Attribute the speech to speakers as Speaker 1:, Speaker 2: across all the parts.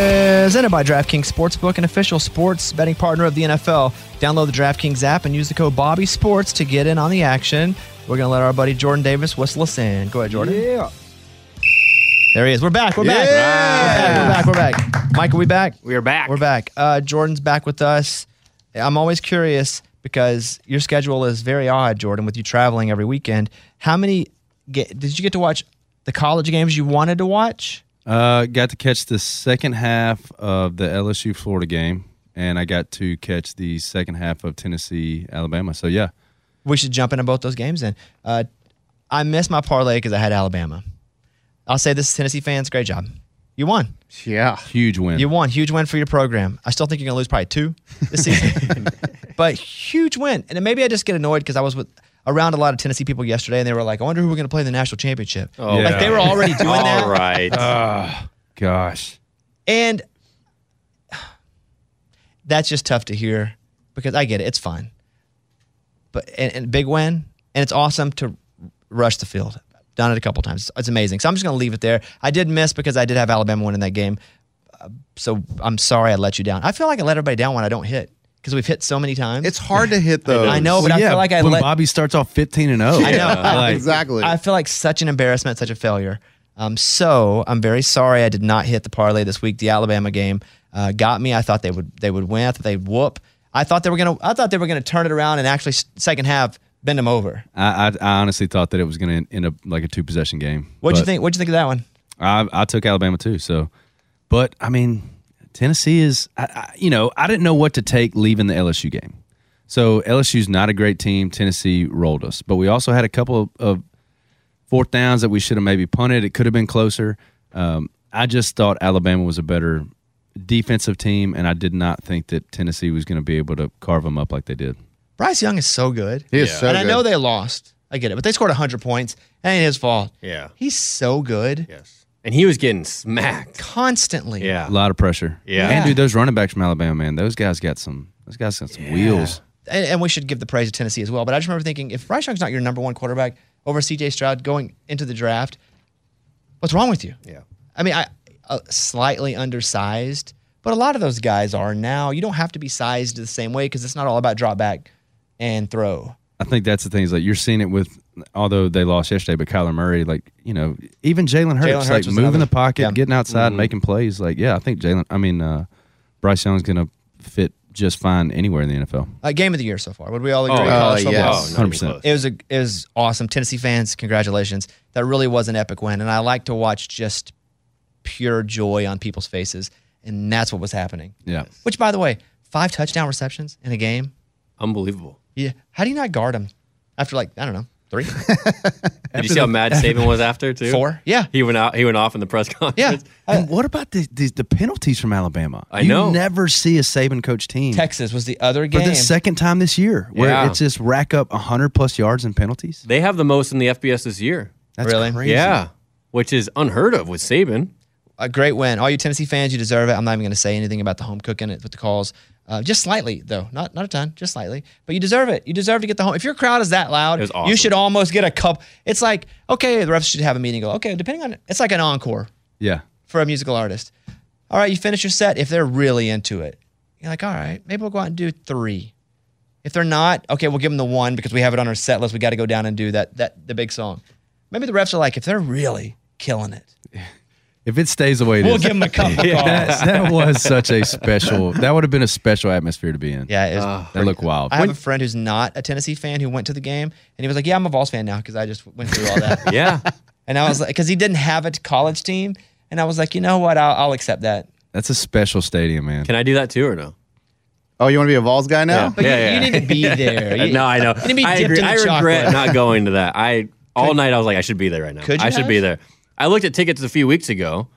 Speaker 1: presented by DraftKings Sportsbook, an official sports betting partner of the NFL. Download the DraftKings app and use the code Bobby Sports to get in on the action. We're gonna let our buddy Jordan Davis whistle us in. Go ahead, Jordan.
Speaker 2: Yeah.
Speaker 1: There he is. We're back. We're back.
Speaker 2: Yeah.
Speaker 1: We're back. We're back. We're back. Mike, are we back?
Speaker 3: We are back.
Speaker 1: We're back. Uh, Jordan's back with us. I'm always curious because your schedule is very odd, Jordan, with you traveling every weekend. How many get, did you get to watch the college games you wanted to watch?
Speaker 4: Uh, got to catch the second half of the LSU Florida game, and I got to catch the second half of Tennessee Alabama. So yeah,
Speaker 1: We should jump into both those games then. Uh, I missed my parlay because I had Alabama. I'll say this, Tennessee fans, great job. You won.
Speaker 3: Yeah.
Speaker 4: huge win.
Speaker 1: You won. Huge win for your program. I still think you're going to lose probably two this season, but huge win. And then maybe I just get annoyed because I was with around a lot of Tennessee people yesterday, and they were like, "I wonder who we're going to play in the national championship."
Speaker 4: Yeah.
Speaker 1: Like they were already doing that.
Speaker 3: All right.
Speaker 4: Gosh,
Speaker 1: And that's just tough to hear because I get it. It's fun. But and, and big win. And it's awesome to rush the field. Done it a couple times. It's amazing. So I'm just going to leave it there. I did miss because I did have Alabama win in that game. Uh, So I'm sorry I let you down. I feel like I let everybody down when I don't hit because we've hit so many times.
Speaker 2: It's hard to hit those.
Speaker 1: I know, but I
Speaker 4: yeah.
Speaker 1: feel like I
Speaker 4: when
Speaker 1: let.
Speaker 4: Bobby starts off fifteen and oh. zero,
Speaker 1: I know.
Speaker 4: like,
Speaker 2: exactly.
Speaker 1: I feel like such an embarrassment, such a failure. Um, so I'm very sorry I did not hit the parlay this week. The Alabama game uh, got me. I thought they would they would win. I thought they'd whoop. I thought they were gonna. I thought they were gonna turn it around and actually s- second half bend them over.
Speaker 4: I, I, I honestly thought that it was going to end up like a two possession game.
Speaker 1: What'd you
Speaker 4: but
Speaker 1: think? What'd you think of that one?
Speaker 4: I, I took Alabama too. So, but I mean, Tennessee is, I, I, you know, I didn't know what to take leaving the LSU game. So LSU's not a great team. Tennessee rolled us, but we also had a couple of fourth downs that we should have maybe punted. It could have been closer. Um, I just thought Alabama was a better defensive team, and I did not think that Tennessee was going to be able to carve them up like they did.
Speaker 1: Bryce Young is so good.
Speaker 2: He is so
Speaker 1: and I
Speaker 2: good.
Speaker 1: know they lost. I get it, but they scored 100 points. That ain't his fault.
Speaker 3: Yeah.
Speaker 1: He's so good.
Speaker 3: Yes. And he was getting smacked.
Speaker 1: Constantly.
Speaker 3: Yeah.
Speaker 4: A lot of pressure.
Speaker 3: Yeah.
Speaker 4: And dude, those running backs from Alabama, man, those guys got some. Those guys got some wheels.
Speaker 1: and, and we should give the praise to Tennessee as well. But I just remember thinking, if Bryce Young's not your number one quarterback over C.J. Stroud going into the draft, what's wrong with you?
Speaker 3: Yeah.
Speaker 1: I mean, I uh, slightly undersized, but a lot of those guys are now. You don't have to be sized the same way because it's not all about drop back and throw.
Speaker 4: I think that's the thing is like you're seeing it with, although they lost yesterday, but Kyler Murray, like you know, even Jalen Hurts,
Speaker 1: Jalen Hurts
Speaker 4: like
Speaker 1: was
Speaker 4: moving
Speaker 1: another-
Speaker 4: the pocket,
Speaker 1: yeah. Mm-hmm.
Speaker 4: getting outside, making plays. Like yeah, I think Jalen. I mean, uh, Bryce Young's gonna fit just fine anywhere in the NFL.
Speaker 1: Uh, game of the year so far. Would we all agree?
Speaker 3: Oh,
Speaker 1: College
Speaker 2: oh,
Speaker 1: football.
Speaker 2: yes.
Speaker 3: Oh, not even
Speaker 4: 100%.
Speaker 3: close.
Speaker 1: It was a, it was awesome. Tennessee fans, congratulations. That really was an epic win, and I like to watch just pure joy on people's faces, and that's what was happening.
Speaker 4: Yeah.
Speaker 1: Which, by the way, five touchdown receptions in a game.
Speaker 3: Unbelievable.
Speaker 1: Yeah. How do you not guard him after like I don't know three,
Speaker 3: Did you see how mad Saban was after too?
Speaker 1: four? Yeah.
Speaker 3: He went out. He went off in the press
Speaker 1: Yeah.
Speaker 3: conference.
Speaker 4: and what about the, the the penalties from Alabama?
Speaker 3: I
Speaker 4: you
Speaker 3: know.
Speaker 4: Never see a Saban coach team.
Speaker 1: Texas was the other
Speaker 4: for
Speaker 1: game.
Speaker 4: the second time this year, where
Speaker 3: Yeah.
Speaker 4: it's just rack up 100 plus yards in penalties.
Speaker 3: They have the most in the FBS this year.
Speaker 4: That's
Speaker 1: Really?
Speaker 4: crazy.
Speaker 3: Yeah, which is unheard of with Saban.
Speaker 1: a great win. All you Tennessee fans, you deserve it. I'm not even going to say anything about the home cooking it with the calls. Uh, just slightly though, not not a ton, just slightly. But you deserve it. You deserve to get the home. If your crowd is that loud,
Speaker 3: It was awesome.
Speaker 1: you should almost get a cup. It's like okay, the refs should have a meeting. Go okay, depending on it's like an encore
Speaker 4: Yeah.
Speaker 1: for a musical artist. All right, you finish your set. If they're really into it, you're like, all right, maybe we'll go out and do three. If they're not, okay, we'll give them the one because we have it on our set list. We got to go down and do that that the big song. Maybe the refs are like, if they're really killing it,
Speaker 4: If it stays the way it is.
Speaker 1: we'll give them a cup. of calls.
Speaker 4: that, that was such a special. That would have been a special atmosphere to be in.
Speaker 1: Yeah, it was
Speaker 4: that looked wild.
Speaker 1: Oh, I have a friend who's not a Tennessee fan who went to the game, and he was like, "Yeah, I'm a Vols fan now because I just went through all that."
Speaker 3: Yeah,
Speaker 1: and I was like, because he didn't have a college team, and I was like, you know what, I'll, I'll accept that.
Speaker 4: That's a special stadium, man.
Speaker 3: can I do that too or no?
Speaker 2: oh, you want to be a Vols guy now?
Speaker 3: Yeah.
Speaker 1: But you, you need to be there. You-
Speaker 3: Uh, no, I know.
Speaker 1: You need to be
Speaker 3: I,
Speaker 1: dipped
Speaker 3: agree.
Speaker 1: in the
Speaker 3: I
Speaker 1: chocolate.
Speaker 3: regret not going to that. I all night I was like, I should be there right now.
Speaker 1: Could you
Speaker 3: I should
Speaker 1: have?
Speaker 3: be there. I looked at tickets a few weeks ago,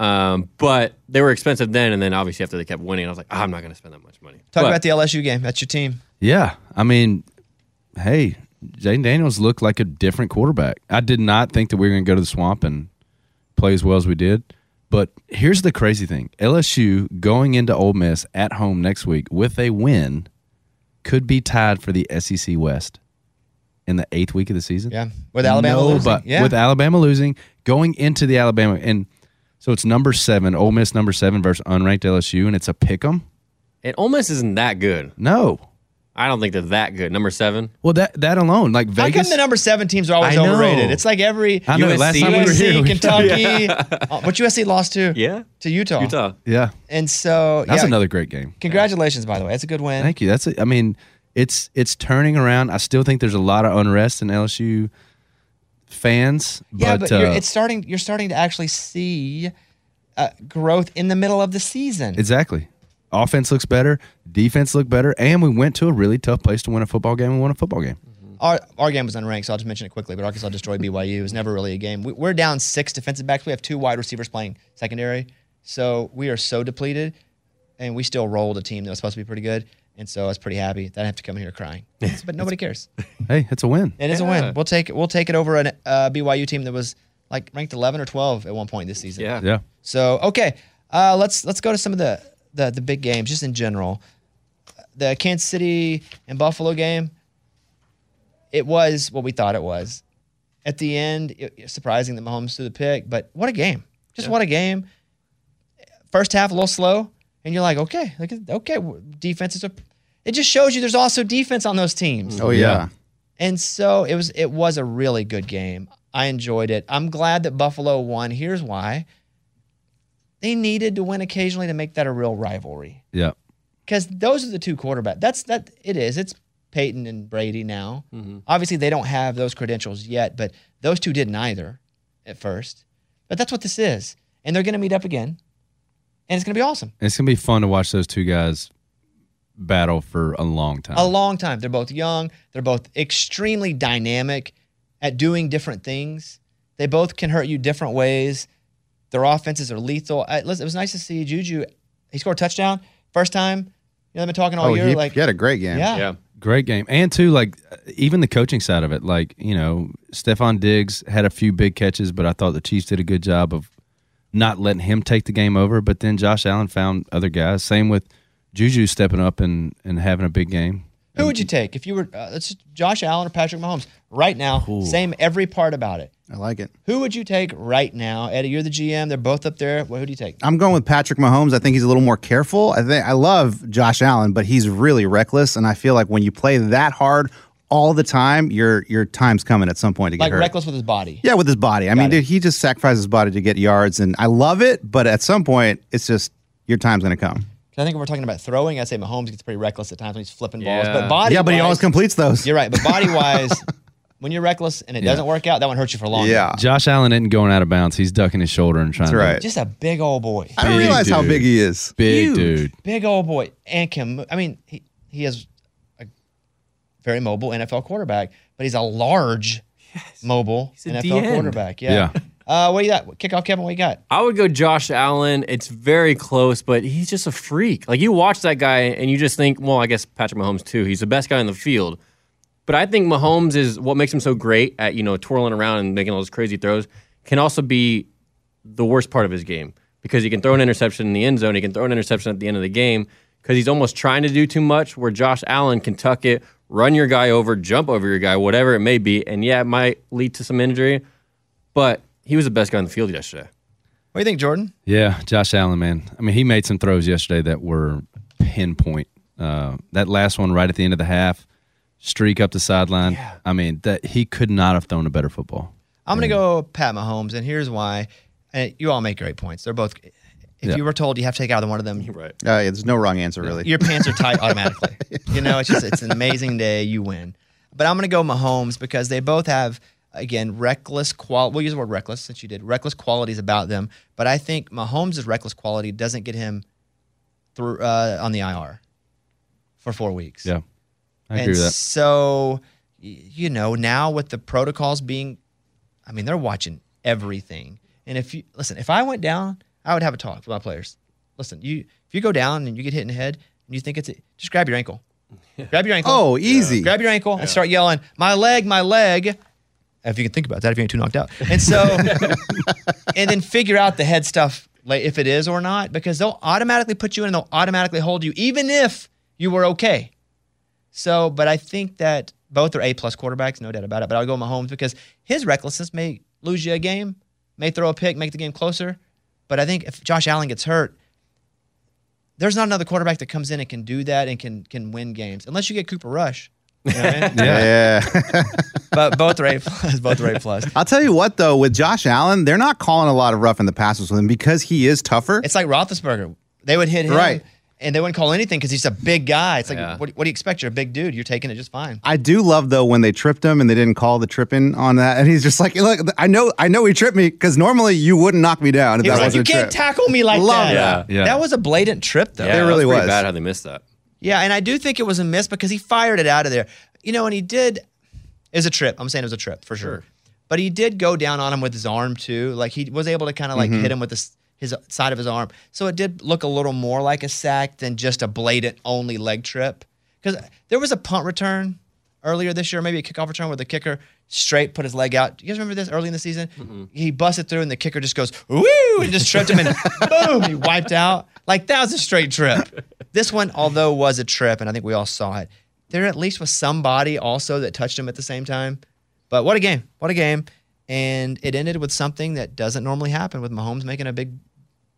Speaker 3: um, but they were expensive then. And then obviously after they kept winning, I was like, "Ah, I'm not going to spend that much money.
Speaker 1: Talk
Speaker 3: But
Speaker 1: about the LSU game. That's your team.
Speaker 4: Yeah, I mean, hey, Jaden Daniels looked like a different quarterback. I did not think that we were going to go to the swamp and play as well as we did. But here's the crazy thing: LSU going into Ole Miss at home next week with a win could be tied for the SEC West in the eighth week of the season.
Speaker 1: Yeah, with Alabama
Speaker 4: No,
Speaker 1: losing.
Speaker 4: but
Speaker 1: yeah,
Speaker 4: with Alabama losing, going into the Alabama and So it's number seven, Ole Miss number seven versus unranked LSU, and it's a pick 'em.
Speaker 3: And Ole Miss isn't that good.
Speaker 4: No,
Speaker 3: I don't think they're that good. Number seven.
Speaker 4: well that that alone, like
Speaker 1: How come
Speaker 4: Vegas.
Speaker 1: the number seven teams are always
Speaker 4: I know.
Speaker 1: overrated? It's like every
Speaker 4: I know.
Speaker 1: USC,
Speaker 4: Last time we were here, we-
Speaker 1: Kentucky, uh, but USC lost to
Speaker 3: Yeah.
Speaker 1: to Utah.
Speaker 3: Utah.
Speaker 4: yeah,
Speaker 1: and so
Speaker 4: that's
Speaker 1: yeah,
Speaker 4: another great game.
Speaker 1: Congratulations, by the way, that's a good win.
Speaker 4: Thank you. That's it. I mean, it's it's turning around. I still think there's a lot of unrest in LSU fans,
Speaker 1: Yeah, but,
Speaker 4: but,
Speaker 1: you're,
Speaker 4: uh,
Speaker 1: it's starting. You're starting to actually see uh, growth in the middle of the season.
Speaker 4: exactly. Offense looks better, defense looked better, and we went to a really tough place to win a football game and won a football game.
Speaker 1: our, our game was unranked, so I'll just mention it quickly. But Arkansas destroyed BYU. It was never really a game. We, we're down six defensive backs. We have two wide receivers playing secondary, so we are so depleted, and we still rolled a team that was supposed to be pretty good. And so I was pretty happy that I have to come here crying. But nobody cares.
Speaker 4: Hey, it's a win.
Speaker 1: It is a
Speaker 3: Yeah.
Speaker 1: win. We'll take it. We'll take it over a uh, BYU team that was like ranked 11 or 12 at one point this season.
Speaker 3: Yeah.
Speaker 4: Yeah.
Speaker 1: So okay, uh, let's let's go to some of the, the the big games just in general. The Kansas City and Buffalo game. It was what we thought it was. At the end, it, it's surprising that Mahomes threw the pick, but what a game! Just what a game. First half a little slow, and you're like, okay, look at- okay, w- defense is a. It just shows you there's also defense on those teams.
Speaker 2: Oh yeah.
Speaker 1: And so it was it was a really good game. I enjoyed it. I'm glad that Buffalo won. Here's why. They needed to win occasionally to make that a real rivalry.
Speaker 4: Yeah.
Speaker 1: Because those are the two quarterbacks. That's that it is. It's Peyton and Brady now. Obviously they don't have those credentials yet, but those two didn't either at first. But that's what this is. And they're gonna meet up again. And it's gonna be awesome.
Speaker 4: It's gonna be fun to watch those two guys battle for a long time.
Speaker 1: a long time. They're both young. They're both extremely dynamic at doing different things. They both can hurt you different ways. Their offenses are lethal. I, listen, it was nice to see Juju. He scored a touchdown first time. You know, I've been talking all
Speaker 2: Oh,
Speaker 1: year.
Speaker 2: he,
Speaker 1: like,
Speaker 2: he had a great game.
Speaker 1: yeah,
Speaker 3: Yeah.
Speaker 4: Great game. And too, like even the coaching side of it, like, you know, Stefan Diggs had a few big catches, but I thought the Chiefs did a good job of not letting him take the game over. But then Josh Allen found other guys. Same with Juju stepping up and, and having a big game.
Speaker 1: Who would you take if you were uh, let's just Josh Allen or Patrick Mahomes right now? Same every part about it.
Speaker 2: I like it.
Speaker 1: Who would you take right now, Eddie? You're the GM. They're both up there. Well, who do you take?
Speaker 2: I'm going with Patrick Mahomes. I think he's a little more careful. I think I love Josh Allen, but he's really reckless. And I feel like when you play that hard all the time, your your time's coming at some point to get
Speaker 1: Like
Speaker 2: hurt.
Speaker 1: reckless with his body.
Speaker 2: Yeah, with his body. I mean,
Speaker 1: it.
Speaker 2: dude, he just sacrificed his body to get yards, and I love it. But at some point, it's just your time's gonna come.
Speaker 1: 'Cause I think if we're talking about throwing, I say Mahomes gets pretty reckless at times when he's flipping balls.
Speaker 3: Yeah.
Speaker 1: But body,
Speaker 2: yeah, but he always completes those.
Speaker 1: You're right, but body wise, when you're reckless and it doesn't work out, that one hurts you for long.
Speaker 2: Yeah,
Speaker 4: Josh Allen isn't going out of bounds. He's ducking his shoulder and trying
Speaker 2: that's right.
Speaker 1: just a big old boy,
Speaker 2: I don't
Speaker 4: Big
Speaker 2: realize how
Speaker 4: dude.
Speaker 2: big he is.
Speaker 4: to big
Speaker 3: Huge.
Speaker 4: dude.
Speaker 1: big old boy, and can. mo- I mean, he he is a very mobile NFL quarterback, but he's a large, mobile
Speaker 3: a
Speaker 1: NFL
Speaker 3: DN.
Speaker 1: quarterback. Yeah.
Speaker 4: Yeah.
Speaker 1: Uh, what do you got? Kickoff, Kevin. What you got?
Speaker 3: I would go Josh Allen. It's very close, but he's just a freak. Like you watch that guy and you just think, well, I guess Patrick Mahomes too. He's the best guy in the field. But I think Mahomes is what makes him so great at, you know, twirling around and making all those crazy throws can also be the worst part of his game because he can throw an interception in the end zone. He can throw an interception at the end of the game because he's almost trying to do too much. Where Josh Allen can tuck it, run your guy over, jump over your guy, whatever it may be. And yeah, it might lead to some injury, but he was the best guy in the field yesterday.
Speaker 1: What do you think, Jordan?
Speaker 4: Yeah, Josh Allen, man. I mean, he made some throws yesterday that were pinpoint. Uh, that last one right at the end of the half, streak up the sideline. I mean, that he could not have thrown a better football.
Speaker 1: I'm going to go Pat Mahomes, and here's why. And you all make great points. They're both. If
Speaker 4: Yeah.
Speaker 1: you were told you have to take out one of them,
Speaker 3: Right.
Speaker 2: Uh, yeah, there's no wrong answer really.
Speaker 1: your pants are tight automatically. You know, it's just it's an amazing day. You win. But I'm gonna go Mahomes because they both have again reckless qual. We'll use the word reckless since you did reckless qualities about them. But I think Mahomes' reckless quality doesn't get him through uh, on the IR for four weeks.
Speaker 4: Yeah, I
Speaker 1: and
Speaker 4: agree with that.
Speaker 1: so y- you know now with the protocols being, I mean they're watching everything. And if you listen, if I went down, I would have a talk with my players. Listen, you if you go down and you get hit in the head and you think it's a, just grab your ankle, grab your ankle.
Speaker 2: Oh, easy.
Speaker 1: Grab your ankle and start yelling, "My leg, my leg!" If you can think about that, if you ain't too knocked out, and so, and then figure out the head stuff, like if it is or not, because they'll automatically put you in and they'll automatically hold you, even if you were okay. So, but I think that both are A plus quarterbacks, no doubt about it. But I'll go Mahomes because his recklessness may lose you a game, may throw a pick, make the game closer. But I think if Josh Allen gets hurt, there's not another quarterback that comes in and can do that and can can win games unless you get Cooper Rush. You know what I mean?
Speaker 2: Yeah.
Speaker 1: but both are A plus. Both are A plus.
Speaker 2: I'll tell you what, though, with Josh Allen, they're not calling a lot of rough in the passes with him because he is tougher.
Speaker 1: It's like Roethlisberger. They would hit him,
Speaker 2: Right.
Speaker 1: and they wouldn't call anything because he's a big guy. It's like,
Speaker 3: Yeah.
Speaker 1: what, what do you expect? You're a big dude. You're taking it just fine.
Speaker 2: I do love though when they tripped him and they didn't call the tripping on that, and he's just like, "Look, I know, I know he tripped me because normally you wouldn't knock me down if
Speaker 1: He
Speaker 2: that
Speaker 1: was like, you
Speaker 2: wasn't a
Speaker 1: can't
Speaker 2: trip."
Speaker 1: tackle me like
Speaker 2: Love
Speaker 1: that.
Speaker 3: that.
Speaker 4: Yeah.
Speaker 1: That was a blatant trip, though.
Speaker 3: Yeah,
Speaker 2: It really
Speaker 3: that's pretty
Speaker 2: was.
Speaker 3: bad how they missed that.
Speaker 1: Yeah, and I do think it was a miss because he fired it out of there. You know, and he did. It was a trip. I'm saying it was a trip for sure. But he did go down on him with his arm too. Like he was able to kind of like hit him with his his side of his arm. So it did look a little more like a sack than just a blatant only leg trip. Because there was a punt return earlier this year, maybe a kickoff return where the kicker straight put his leg out. Do you guys remember this early in the season? He busted through and the kicker just goes, woo, and just tripped him and boom, he wiped out. Like that was a straight trip. This one, although was a trip, and I think we all saw it, there at least was somebody also that touched him at the same time. But what a game. What a game. And it ended with something that doesn't normally happen with Mahomes making a big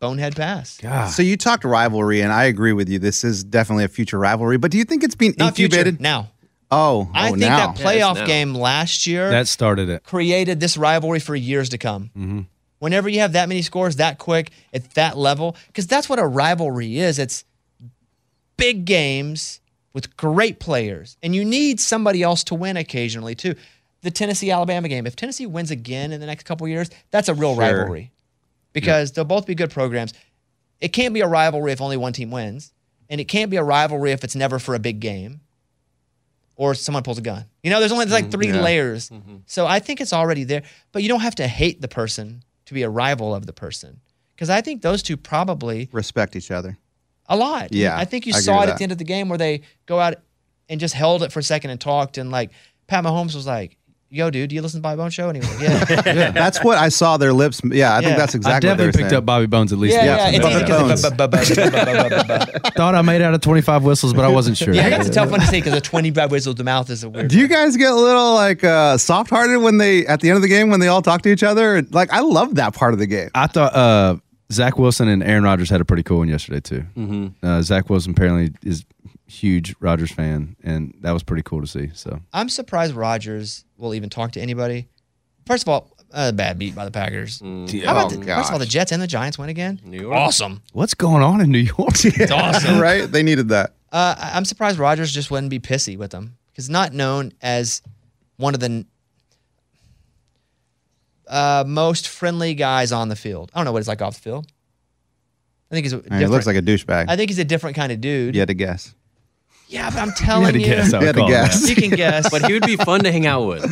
Speaker 1: bonehead pass.
Speaker 4: God.
Speaker 2: So you talked rivalry, and I agree with you. This is definitely a future rivalry, but do you think it's being
Speaker 1: Not future.
Speaker 2: incubated?
Speaker 1: Now.
Speaker 2: Oh,
Speaker 1: I
Speaker 2: oh,
Speaker 1: think
Speaker 2: now.
Speaker 1: that playoff
Speaker 3: now.
Speaker 1: game last year
Speaker 4: That started it.
Speaker 1: created this rivalry for years to come. Whenever you have that many scores that quick at that level, because that's what a rivalry is. It's big games with great players, and you need somebody else to win occasionally too. The Tennessee Alabama game. If Tennessee wins again in the next couple years, that's a real rivalry because they'll both be good programs. It can't be a rivalry if only one team wins, and it can't be a rivalry if it's never for a big game or someone pulls a gun. You know, there's only like
Speaker 2: Mm,
Speaker 1: three layers.
Speaker 2: Mm-hmm.
Speaker 1: So I think it's already there, but you don't have to hate the person to be a rival of the person. Because I think those two probably
Speaker 2: respect each other.
Speaker 1: a lot.
Speaker 2: Yeah,
Speaker 1: I think you
Speaker 2: I agree
Speaker 1: saw
Speaker 2: with
Speaker 1: it
Speaker 2: that.
Speaker 1: at the end of the game where they go out and just held it for a second and talked. And like Pat Mahomes was like, Yo, dude, do you listen to Bobby Bone Show? And he was like, Yeah. yeah,
Speaker 2: That's what I saw their lips. Yeah, I
Speaker 1: Yeah.
Speaker 2: think that's exactly
Speaker 4: I
Speaker 2: what they were
Speaker 4: definitely picked
Speaker 2: saying.
Speaker 4: up Bobby Bones at least.
Speaker 1: yeah.
Speaker 4: once in
Speaker 1: It's
Speaker 4: that
Speaker 1: easy
Speaker 2: Bobby
Speaker 4: episode.
Speaker 1: because
Speaker 2: Bones.
Speaker 4: Thought I made out of 25 whistles, but I wasn't sure.
Speaker 1: Yeah, that's a tough one to say because a 20 bad whistle to the mouth is a weird
Speaker 2: Do you guys get a little like uh, soft-hearted when they at the end of the game when they all talk to each other? Like I love that part of the game.
Speaker 4: I thought uh, Zach Wilson and Aaron Rodgers had a pretty cool one yesterday too.
Speaker 1: Mm-hmm.
Speaker 4: Uh, Zach Wilson apparently is huge Rodgers fan, and that was pretty cool to see. So
Speaker 1: I'm surprised Rodgers will even talk to anybody. First of all, a bad beat by the Packers. How about
Speaker 2: Oh,
Speaker 1: the, first of all, the Jets and the Giants win again.
Speaker 3: New York.
Speaker 1: Awesome.
Speaker 4: what's going on in New York?
Speaker 1: It's awesome.
Speaker 2: right? They needed that.
Speaker 1: Uh, I- I'm surprised Rodgers just wouldn't be pissy with them because not known as one of the n- uh, most friendly guys on the field. I don't know what it's like off the field. I think he's. A
Speaker 2: I mean,
Speaker 1: different,
Speaker 2: it looks like a douchebag.
Speaker 1: I think he's a different kind of dude.
Speaker 2: you had to guess.
Speaker 1: Yeah, but I'm
Speaker 4: You had
Speaker 1: telling
Speaker 4: to
Speaker 1: you,
Speaker 4: guess. I would
Speaker 2: You had to
Speaker 4: call it that.
Speaker 2: guess.
Speaker 1: you can guess.
Speaker 3: But he would be fun to hang out with.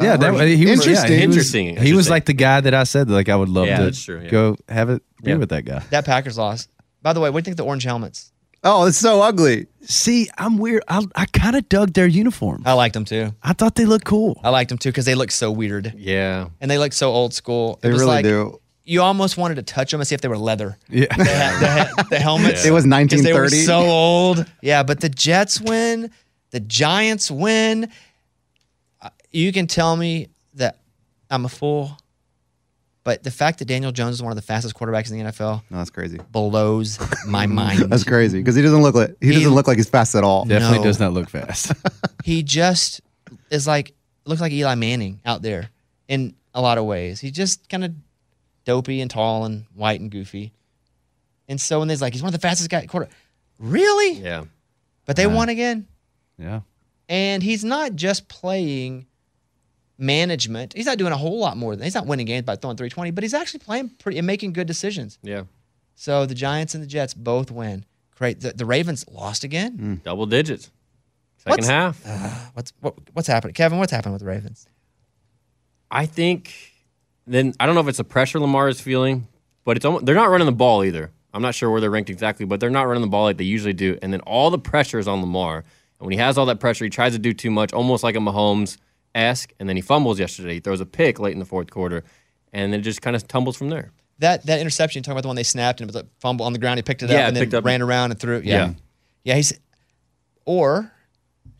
Speaker 4: Yeah, that, he was yeah, he was-
Speaker 2: Interesting.
Speaker 3: Interesting,
Speaker 4: He was,
Speaker 3: interesting.
Speaker 4: like the guy that I said like I would love
Speaker 3: Yeah,
Speaker 4: to
Speaker 3: that's true, yeah.
Speaker 4: go have it be
Speaker 3: Yeah.
Speaker 4: with that guy.
Speaker 1: that Packers loss. By the way, what do you think of the orange helmets?
Speaker 2: Oh, it's so ugly.
Speaker 4: See, I'm weird. I, I kind of dug their uniform.
Speaker 1: I liked them too.
Speaker 4: I thought they looked cool.
Speaker 1: I liked them too because they look so weird
Speaker 3: Yeah.
Speaker 1: and they look so old school. It
Speaker 2: They
Speaker 1: was
Speaker 2: really
Speaker 1: like,
Speaker 2: do.
Speaker 1: You almost wanted to touch them and see if they were leather.
Speaker 4: Yeah,
Speaker 1: the, he- the helmets.
Speaker 2: It was
Speaker 1: 'Cause They were
Speaker 2: 1930.
Speaker 1: so old. Yeah, but the Jets win. The Giants win. Uh, You can tell me that I'm a fool, but the fact that Daniel Jones is one of the fastest quarterbacks in the NFL
Speaker 2: No, that's crazy.
Speaker 1: blows my mind.
Speaker 2: That's crazy because he doesn't look like he, doesn't look like he's fast at all.
Speaker 4: definitely
Speaker 1: No.
Speaker 4: does not look fast.
Speaker 1: he just is like looks like Eli Manning out there in a lot of ways. He's just kind of dopey and tall and white and goofy. And so when they're like, he's one of the fastest guy quarter. Really?
Speaker 3: Yeah.
Speaker 1: But they won again.
Speaker 4: yeah,
Speaker 1: And he's not just playing management. He's not doing a whole lot more than he's not winning games by throwing 320, but he's actually playing pretty and making good decisions.
Speaker 3: Yeah.
Speaker 1: So the Giants and the Jets both win. Great. The, the Ravens lost again.
Speaker 3: Double digits. Second
Speaker 1: What's-
Speaker 3: half.
Speaker 1: What's what, what's happening, Kevin? What's happening with the Ravens?
Speaker 3: I think then I don't know if it's the pressure Lamar is feeling, but it's almost, they're not running the ball either. I'm not sure where they're ranked exactly, but they're not running the ball like they usually do. And then all the pressure is on Lamar. And when he has all that pressure, he tries to do too much, almost like a Mahomes esque. And then he fumbles yesterday. He throws a pick late in the fourth quarter, and then it just kind of tumbles from there.
Speaker 1: that that interception you're talking about the one they snapped and it was a fumble on the ground he picked it
Speaker 3: Yeah,
Speaker 1: up and
Speaker 3: picked
Speaker 1: then
Speaker 3: up-
Speaker 1: ran around and threw it yeah
Speaker 3: Yeah.
Speaker 1: yeah, he's or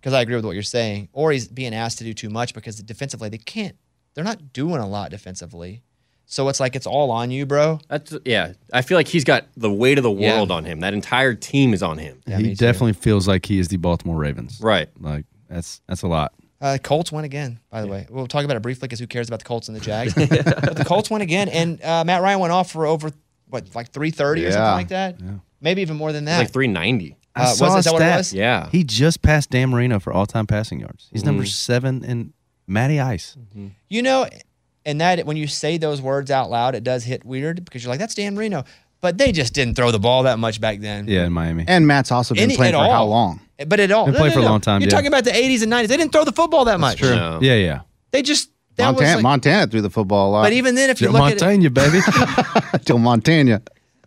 Speaker 1: because I agree with what you're saying or he's being asked to do too much because defensively they can't they're not doing a lot defensively So it's like it's all on you, bro.
Speaker 3: That's yeah. I feel like he's got the weight of the
Speaker 1: Yeah.
Speaker 3: world on him. That entire team is on him.
Speaker 1: Yeah, me
Speaker 4: he
Speaker 1: too.
Speaker 4: definitely feels like he is the Baltimore Ravens.
Speaker 3: Right.
Speaker 4: Like that's that's a lot.
Speaker 1: Uh, Colts won again, by the way. We'll talk about it briefly because who cares about the Colts and the Jags? but the Colts won again, and uh, Matt Ryan went off for over what like three thirty or something
Speaker 2: Yeah.
Speaker 1: like that. Maybe even more than
Speaker 3: It's
Speaker 1: that.
Speaker 3: like 390.
Speaker 4: I
Speaker 1: Uh,
Speaker 4: saw
Speaker 1: was-
Speaker 4: a
Speaker 1: is that what it
Speaker 4: stat.
Speaker 1: was?
Speaker 3: Yeah.
Speaker 4: He just passed Dan Marino for all time passing yards. He's number
Speaker 1: Mm-hmm.
Speaker 4: seven in Matty Ice.
Speaker 1: You know, and that when you say those words out loud, it does hit weird because you're like, that's Dan Marino. But they just didn't throw the ball that much back then.
Speaker 4: Yeah, in Miami.
Speaker 2: And Matt's also been
Speaker 1: Any-
Speaker 2: playing
Speaker 1: at
Speaker 2: for how
Speaker 1: all.
Speaker 2: long?
Speaker 1: But at all,
Speaker 4: They
Speaker 1: no,
Speaker 4: played
Speaker 1: no,
Speaker 4: for a
Speaker 1: no.
Speaker 4: long time,
Speaker 1: You're
Speaker 4: yeah.
Speaker 1: talking about the 80s and 90s. They didn't throw the football that much.
Speaker 3: No.
Speaker 4: Yeah, yeah.
Speaker 1: They just that
Speaker 2: Montana,
Speaker 1: was like,
Speaker 2: Montana threw the football a lot.
Speaker 1: But even then, if you look at
Speaker 4: Montaigne, baby.
Speaker 2: even till Montana,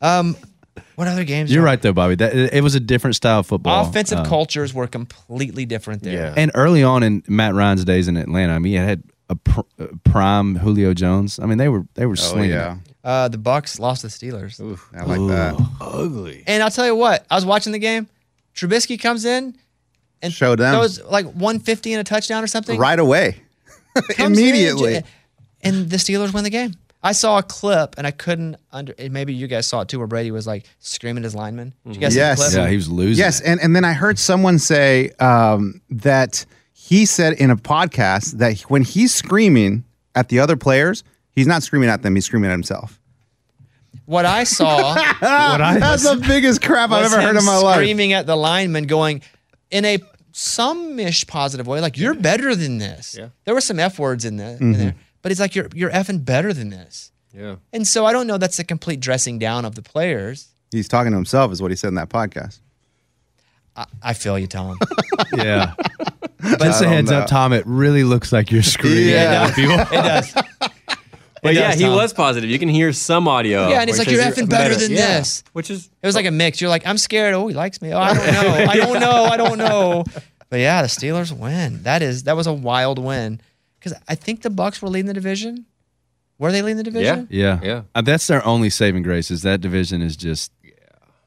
Speaker 1: it, what other games?
Speaker 4: You're
Speaker 1: are-
Speaker 4: right though, Bobby. That it it was a different style of football.
Speaker 1: Offensive
Speaker 4: Uh,
Speaker 1: cultures were completely different there.
Speaker 3: Yeah.
Speaker 4: And early on in Matt Ryan's days in Atlanta, I mean, it had a pr- uh, prime Julio Jones. I mean, they were they were slinging. it.
Speaker 2: yeah,
Speaker 1: Uh, the Bucks lost to the Steelers.
Speaker 2: I like that.
Speaker 3: Ugly.
Speaker 1: And I'll tell you what, I was watching the game. Trubisky comes in and
Speaker 2: Showed them.
Speaker 1: throws like 150 and a touchdown or something.
Speaker 2: Right away,
Speaker 1: Comes in and
Speaker 2: immediately.
Speaker 1: ju- uh, and the Steelers win the game. I saw a clip and I couldn't under. and Maybe you guys saw it too, where Brady was like screaming at his lineman. Did you guys
Speaker 2: Yes.
Speaker 1: see the clip?
Speaker 4: Yeah, he was losing.
Speaker 2: Yes,
Speaker 4: it.
Speaker 2: and, and then I heard someone say um, that he said in a podcast that when he's screaming at the other players, he's not screaming at them; he's screaming at himself.
Speaker 1: What I saw
Speaker 4: What I-
Speaker 2: That's the biggest crap I've
Speaker 1: was
Speaker 2: ever heard
Speaker 1: him
Speaker 2: in my life.
Speaker 1: Screaming at the lineman, going in a some-ish positive way, like "You're better than this."
Speaker 3: Yeah.
Speaker 1: There were some f words in, the,
Speaker 2: Mm-hmm.
Speaker 1: in there, but he's like, "You're you're effing better than this."
Speaker 3: Yeah.
Speaker 1: And so I don't know. That's a complete dressing down of the players.
Speaker 2: He's talking to himself, is what he said in that podcast.
Speaker 1: I, I feel you, Tom.
Speaker 4: yeah. Just a
Speaker 2: don't
Speaker 4: heads
Speaker 2: know.
Speaker 4: up, Tom. It really looks like you're screaming.
Speaker 2: Yeah.
Speaker 4: at people.
Speaker 1: It does. It
Speaker 3: But yeah,
Speaker 1: does,
Speaker 3: he
Speaker 1: Tom.
Speaker 3: was positive. You can hear some audio.
Speaker 1: Yeah, and it's
Speaker 3: which
Speaker 1: like,
Speaker 3: is
Speaker 1: "You're effing better than
Speaker 3: Yeah.
Speaker 1: this."
Speaker 3: Which is
Speaker 1: It was like a mix. You're like, I'm scared. Oh, he likes me. Oh, I don't know. I don't know. I don't know. But yeah, the Steelers win. That is that was a wild win because I think the Bucks were leading the division. Were they leading the division?
Speaker 4: Yeah.
Speaker 3: Yeah.
Speaker 4: Uh, that's their only saving grace is that division is just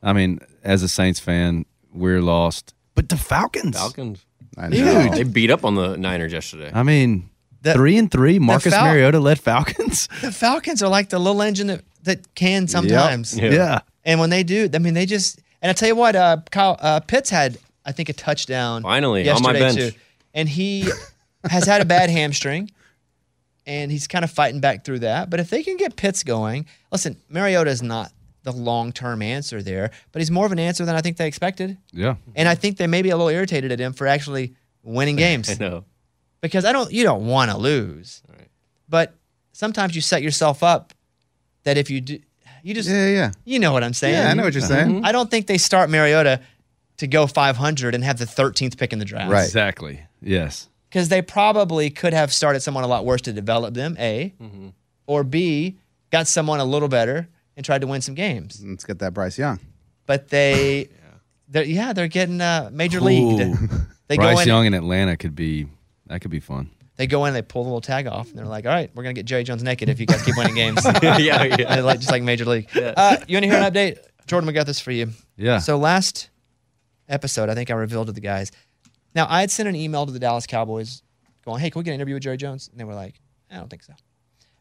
Speaker 4: I mean, as a Saints fan, we're lost. But the Falcons.
Speaker 3: Falcons.
Speaker 2: I know.
Speaker 3: They beat up on the Niners yesterday.
Speaker 4: I mean,
Speaker 1: The-
Speaker 4: three and three, Marcus
Speaker 1: Fal-
Speaker 4: Mariota led Falcons.
Speaker 1: The Falcons are like the little engine that, that can sometimes.
Speaker 3: Yeah.
Speaker 1: And when they do, I mean, they just. And I tell you what, uh, Kyle uh, Pitts had, I think, a touchdown.
Speaker 3: Finally, on my
Speaker 1: yesterday
Speaker 3: bench.
Speaker 1: too, and he has had a bad hamstring, and he's kind of fighting back through that. But if they can get Pitts going, listen, Mariota is not the long-term answer there, but he's more of an answer than I think they expected,
Speaker 4: Yeah.
Speaker 1: and I think they may be a little irritated at him for actually winning games
Speaker 3: I know.
Speaker 1: because I don't you don't want to lose. But sometimes you set yourself up that if you do you just
Speaker 2: Yeah, yeah,
Speaker 1: you know what I'm saying.
Speaker 2: yeah. I know what you're saying.
Speaker 1: I don't think they start Mariota to go 500 and have the 13th pick in the draft.
Speaker 2: Right.
Speaker 4: Exactly. Yes.
Speaker 1: Cuz they probably could have started someone a lot worse to develop them, A, or B, got someone a little better and tried to win some games.
Speaker 2: Let's get that Bryce Young.
Speaker 1: But they they're yeah, they're getting uh, major league.
Speaker 4: Ooh.
Speaker 1: They go
Speaker 4: Bryce
Speaker 1: in
Speaker 4: Young in Atlanta could be that could be fun.
Speaker 1: they go in they pull the little tag off and they're like, "All right, we're going to get Jerry Jones naked if you guys keep winning games."
Speaker 3: yeah, yeah.
Speaker 1: They're like just like Major League. Uh, you want to hear an update? Jordan McGuth is for you.
Speaker 4: Yeah.
Speaker 1: So last episode, I think I revealed to the guys. Now I had sent an email to the Dallas Cowboys, going, "Hey, can we get an interview with Jerry Jones?" And they were like, "I don't think so."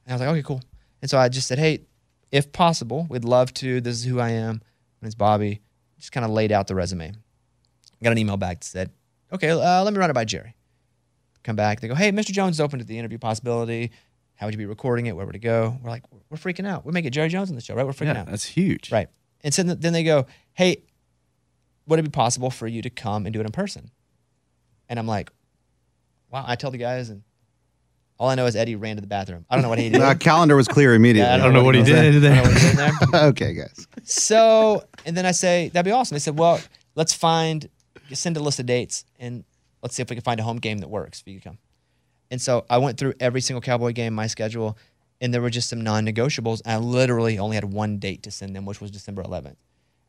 Speaker 1: And I was like, "Okay, cool." And so I just said, "Hey, if possible, we'd love to. This is who I am. And it's Bobby." Just kind of laid out the resume. Got an email back that said, "Okay, uh, let me run it by Jerry." come back. They go, hey, Mr. Jones is open to the interview possibility. How would you be recording it? Where would it go? We're like, we're freaking out. We make it Jerry Jones on the show, right? We're freaking
Speaker 4: yeah,
Speaker 1: out.
Speaker 4: that's huge.
Speaker 1: Right. And so th- then they go, hey, would it be possible for you to come and do it in person? And I'm like, wow. I tell the guys, and all I know is Eddie ran to the bathroom. I don't know what he did.
Speaker 2: Uh, calendar was clear immediately.
Speaker 1: Yeah, I don't know what he
Speaker 2: was
Speaker 4: did
Speaker 1: I don't know what he did in there.
Speaker 2: saying. okay, guys.
Speaker 1: So, and then I say, that'd be awesome. They said, well, let's find, send a list of dates and let's see if we can find a home game that works for you to come. And so I went through every single Cowboy game, my schedule, and there were just some non negotiables. I literally only had one date to send them, which was December 11th.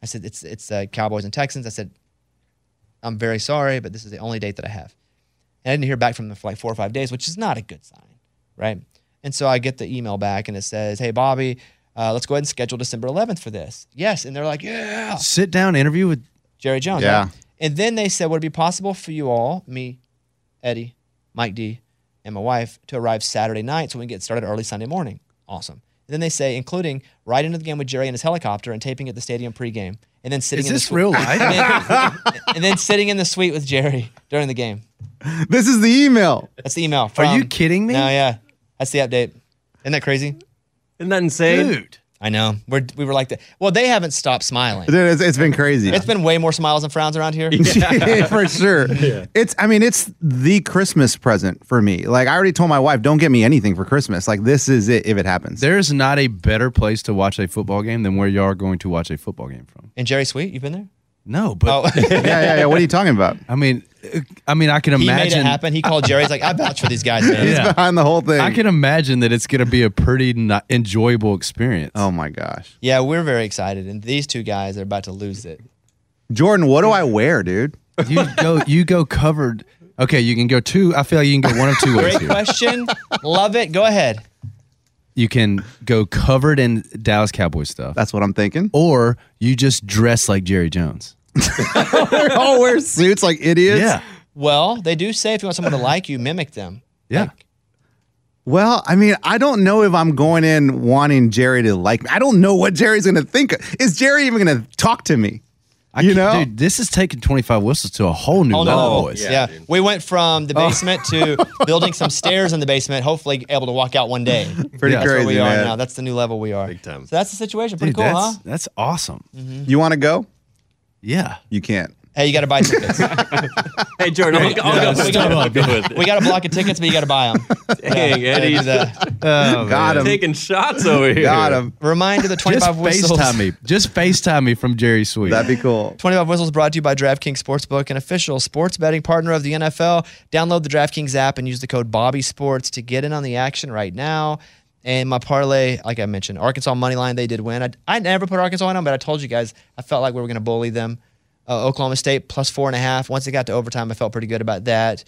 Speaker 1: I said, it's, it's uh, Cowboys and Texans. I said, I'm very sorry, but this is the only date that I have. And I didn't hear back from them for like four or five days, which is not a good sign, right? And so I get the email back and it says, hey, Bobby, uh, let's go ahead and schedule December 11th for this. Yes. And they're like, yeah,
Speaker 4: Sit down interview with
Speaker 1: Jerry Jones.
Speaker 2: Yeah.
Speaker 1: right? And then they said, would it be possible for you all, me, Eddie, Mike D, and my wife, to arrive Saturday night so we can get started early Sunday morning? Awesome. then they say, including riding into the game with Jerry in his helicopter and taping at the stadium pregame, and then sitting.
Speaker 4: Is
Speaker 1: in
Speaker 4: this
Speaker 1: the sui-
Speaker 4: real
Speaker 1: And
Speaker 4: life?
Speaker 1: then, and then sitting in the suite with Jerry during the game.
Speaker 2: This is the email.
Speaker 1: That's the email.
Speaker 4: Are you
Speaker 1: from-
Speaker 4: kidding me?
Speaker 1: No, yeah, that's the update. Isn't that crazy?
Speaker 3: Isn't that insane?
Speaker 4: Dude.
Speaker 1: I know. We're, we were like that. Well, they haven't stopped smiling.
Speaker 2: Dude, it's, it's been crazy.
Speaker 1: It's been way more smiles and frowns around here.
Speaker 2: for sure. It's I mean, it's the Christmas present for me. Like I already told my wife, don't get me anything for Christmas. Like this is it if it happens.
Speaker 4: There's not a better place to watch a football game than where you are going to watch a football game from.
Speaker 1: And Jerry Sweet, you've been there?
Speaker 4: No, but
Speaker 1: Oh,
Speaker 2: yeah, yeah, yeah. What are you talking about?
Speaker 4: I mean, uh, I mean, I can
Speaker 1: he
Speaker 4: imagine.
Speaker 1: made it happen. He called Jerry. He's like, I vouch for these guys, man.
Speaker 4: Yeah.
Speaker 2: He's behind the whole thing.
Speaker 4: I can imagine that it's going to be a pretty not enjoyable experience.
Speaker 2: oh my gosh.
Speaker 1: Yeah, we're very excited. And these two guys are about to lose it.
Speaker 2: Jordan, what do I wear, dude?
Speaker 4: You go, you go covered. Okay, you can go two. I feel like you can go one of two ways
Speaker 1: Great
Speaker 4: here.
Speaker 1: question. Love it. Go ahead.
Speaker 4: You can go covered in Dallas Cowboy stuff,
Speaker 2: That's what I'm thinking.
Speaker 4: or you just dress like Jerry Jones.
Speaker 2: They all wear suits like idiots.
Speaker 1: Well, they do say if you want someone to like you, mimic them.
Speaker 4: yeah.
Speaker 2: Well, I mean, I don't know if I'm going in wanting Jerry to like me. I don't know what Jerry's going to think. of- Is Jerry even going to talk to me?
Speaker 4: I
Speaker 2: you
Speaker 4: can't-
Speaker 2: know?
Speaker 4: dude, this is taking 25 whistles to a whole new
Speaker 1: Oh,
Speaker 4: level,
Speaker 1: no.
Speaker 4: boys. Oh.
Speaker 1: Yeah. We went from the basement to building some stairs in the basement, hopefully able to walk out one day.
Speaker 2: Pretty
Speaker 4: Yeah.
Speaker 1: That's where
Speaker 2: crazy,
Speaker 1: we
Speaker 2: man.
Speaker 1: are now. That's the new level we are.
Speaker 3: Big time.
Speaker 1: So that's the situation. Pretty
Speaker 4: Dude,
Speaker 1: cool, huh?
Speaker 4: that's, that's awesome.
Speaker 1: Mm-hmm.
Speaker 2: You want to go?
Speaker 4: Yeah.
Speaker 2: You can't.
Speaker 1: Hey, you got to buy tickets.
Speaker 3: Hey, Jordan, I'll,
Speaker 1: Yeah,
Speaker 3: I'll go.
Speaker 1: we
Speaker 3: We
Speaker 1: got-
Speaker 3: got with it.
Speaker 1: we got a block of tickets, but you got to buy them.
Speaker 3: Dang, Eddie,
Speaker 1: Oh,
Speaker 2: Got him.
Speaker 3: taking shots over here.
Speaker 2: Got him.
Speaker 1: Reminder the 25
Speaker 4: Just
Speaker 1: whistles.
Speaker 4: FaceTime me. Just FaceTime me from Jerry Sweet.
Speaker 2: That'd be cool.
Speaker 1: 25 Whistles brought to you by DraftKings Sportsbook, an official sports betting partner of the NFL. Download the DraftKings app and use the code Bobby Sports to get in on the action right now. And my parlay, like I mentioned, Arkansas money line, they did win. I, I never put Arkansas on, but I told you guys I felt like we were going to bully them. Uh, Oklahoma State plus four and a half. Once it got to overtime, I felt pretty good about that.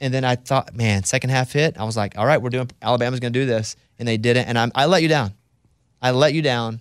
Speaker 1: And then I thought, man, second half hit. I was like, all right, we're doing Alabama's going to do this, and they didn't. And I'm, I let you down. I let you down.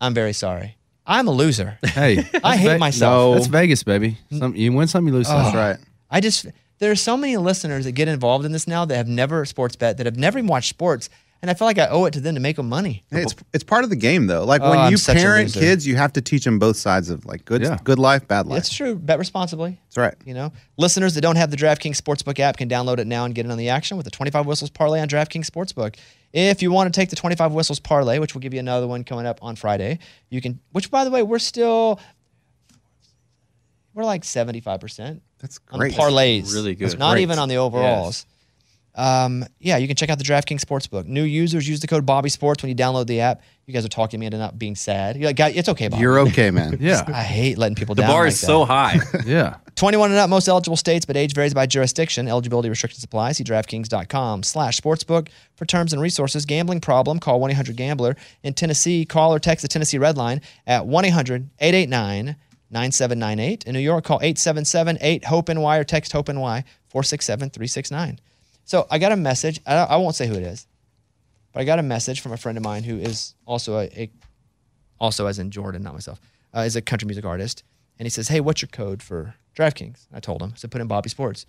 Speaker 1: I'm very sorry. I'm a loser.
Speaker 4: Hey,
Speaker 1: I
Speaker 4: that's
Speaker 1: hate
Speaker 4: Ve-
Speaker 1: myself. Mm.
Speaker 4: That's Vegas, baby. Some, you win some, you lose some.
Speaker 2: That's
Speaker 1: Ah.
Speaker 2: right.
Speaker 1: I just there are so many listeners that get involved in this now that have never sports bet that have never even watched sports, and I feel like I owe it to them to make them money.
Speaker 2: Hey, it's it's part of the game though. Like
Speaker 1: Oh,
Speaker 2: when
Speaker 1: I'm
Speaker 2: you
Speaker 1: such a
Speaker 2: parent
Speaker 1: loser.
Speaker 2: kids, you have to teach them both sides of like good
Speaker 4: Yeah.
Speaker 2: good life, bad life.
Speaker 1: That's true. Bet responsibly.
Speaker 2: That's right.
Speaker 1: You know, listeners that don't have the DraftKings Sportsbook app can download it now and get in on the action with the 25 Whistles Parlay on DraftKings Sportsbook. If you want to take the 25 Whistles Parlay, which we'll give you another one coming up on Friday, you can, which by the way, we're still, we're like 75%
Speaker 2: That's
Speaker 1: on
Speaker 2: great.
Speaker 1: parlays.
Speaker 3: really good.
Speaker 1: It's not
Speaker 3: Great.
Speaker 1: even on the overalls. Um, yeah, you can check out the DraftKings Sportsbook. New users use the code Bobby Sports when you download the app. You guys are talking me into not being sad. You're like, "Guy, it's okay, Bobby.
Speaker 2: You're okay, man.
Speaker 1: Oh,
Speaker 4: Yeah.
Speaker 1: I hate letting people
Speaker 3: The
Speaker 1: down.
Speaker 3: bar
Speaker 1: like
Speaker 3: is
Speaker 1: that.
Speaker 3: so high.
Speaker 4: yeah.
Speaker 1: 21 and up, most eligible states, but age varies by jurisdiction. Eligibility restrictions apply. See DraftKings.com slash sportsbook for terms and resources. Gambling problem, call 1-800-GAMBLER. In Tennessee, call or text the Tennessee Red Line at 1-800-889-9798. In New York, call 877-8-HOPE-NY or text HOPE-NY 467-369. So I got a message. I, I won't say who it is, but I got a message from a friend of mine who is also a, a also as in Jordan, not myself, uh, is a country music artist. And he says, Hey, what's your code for DraftKings? I told him. I said, Put in Bobby Sports.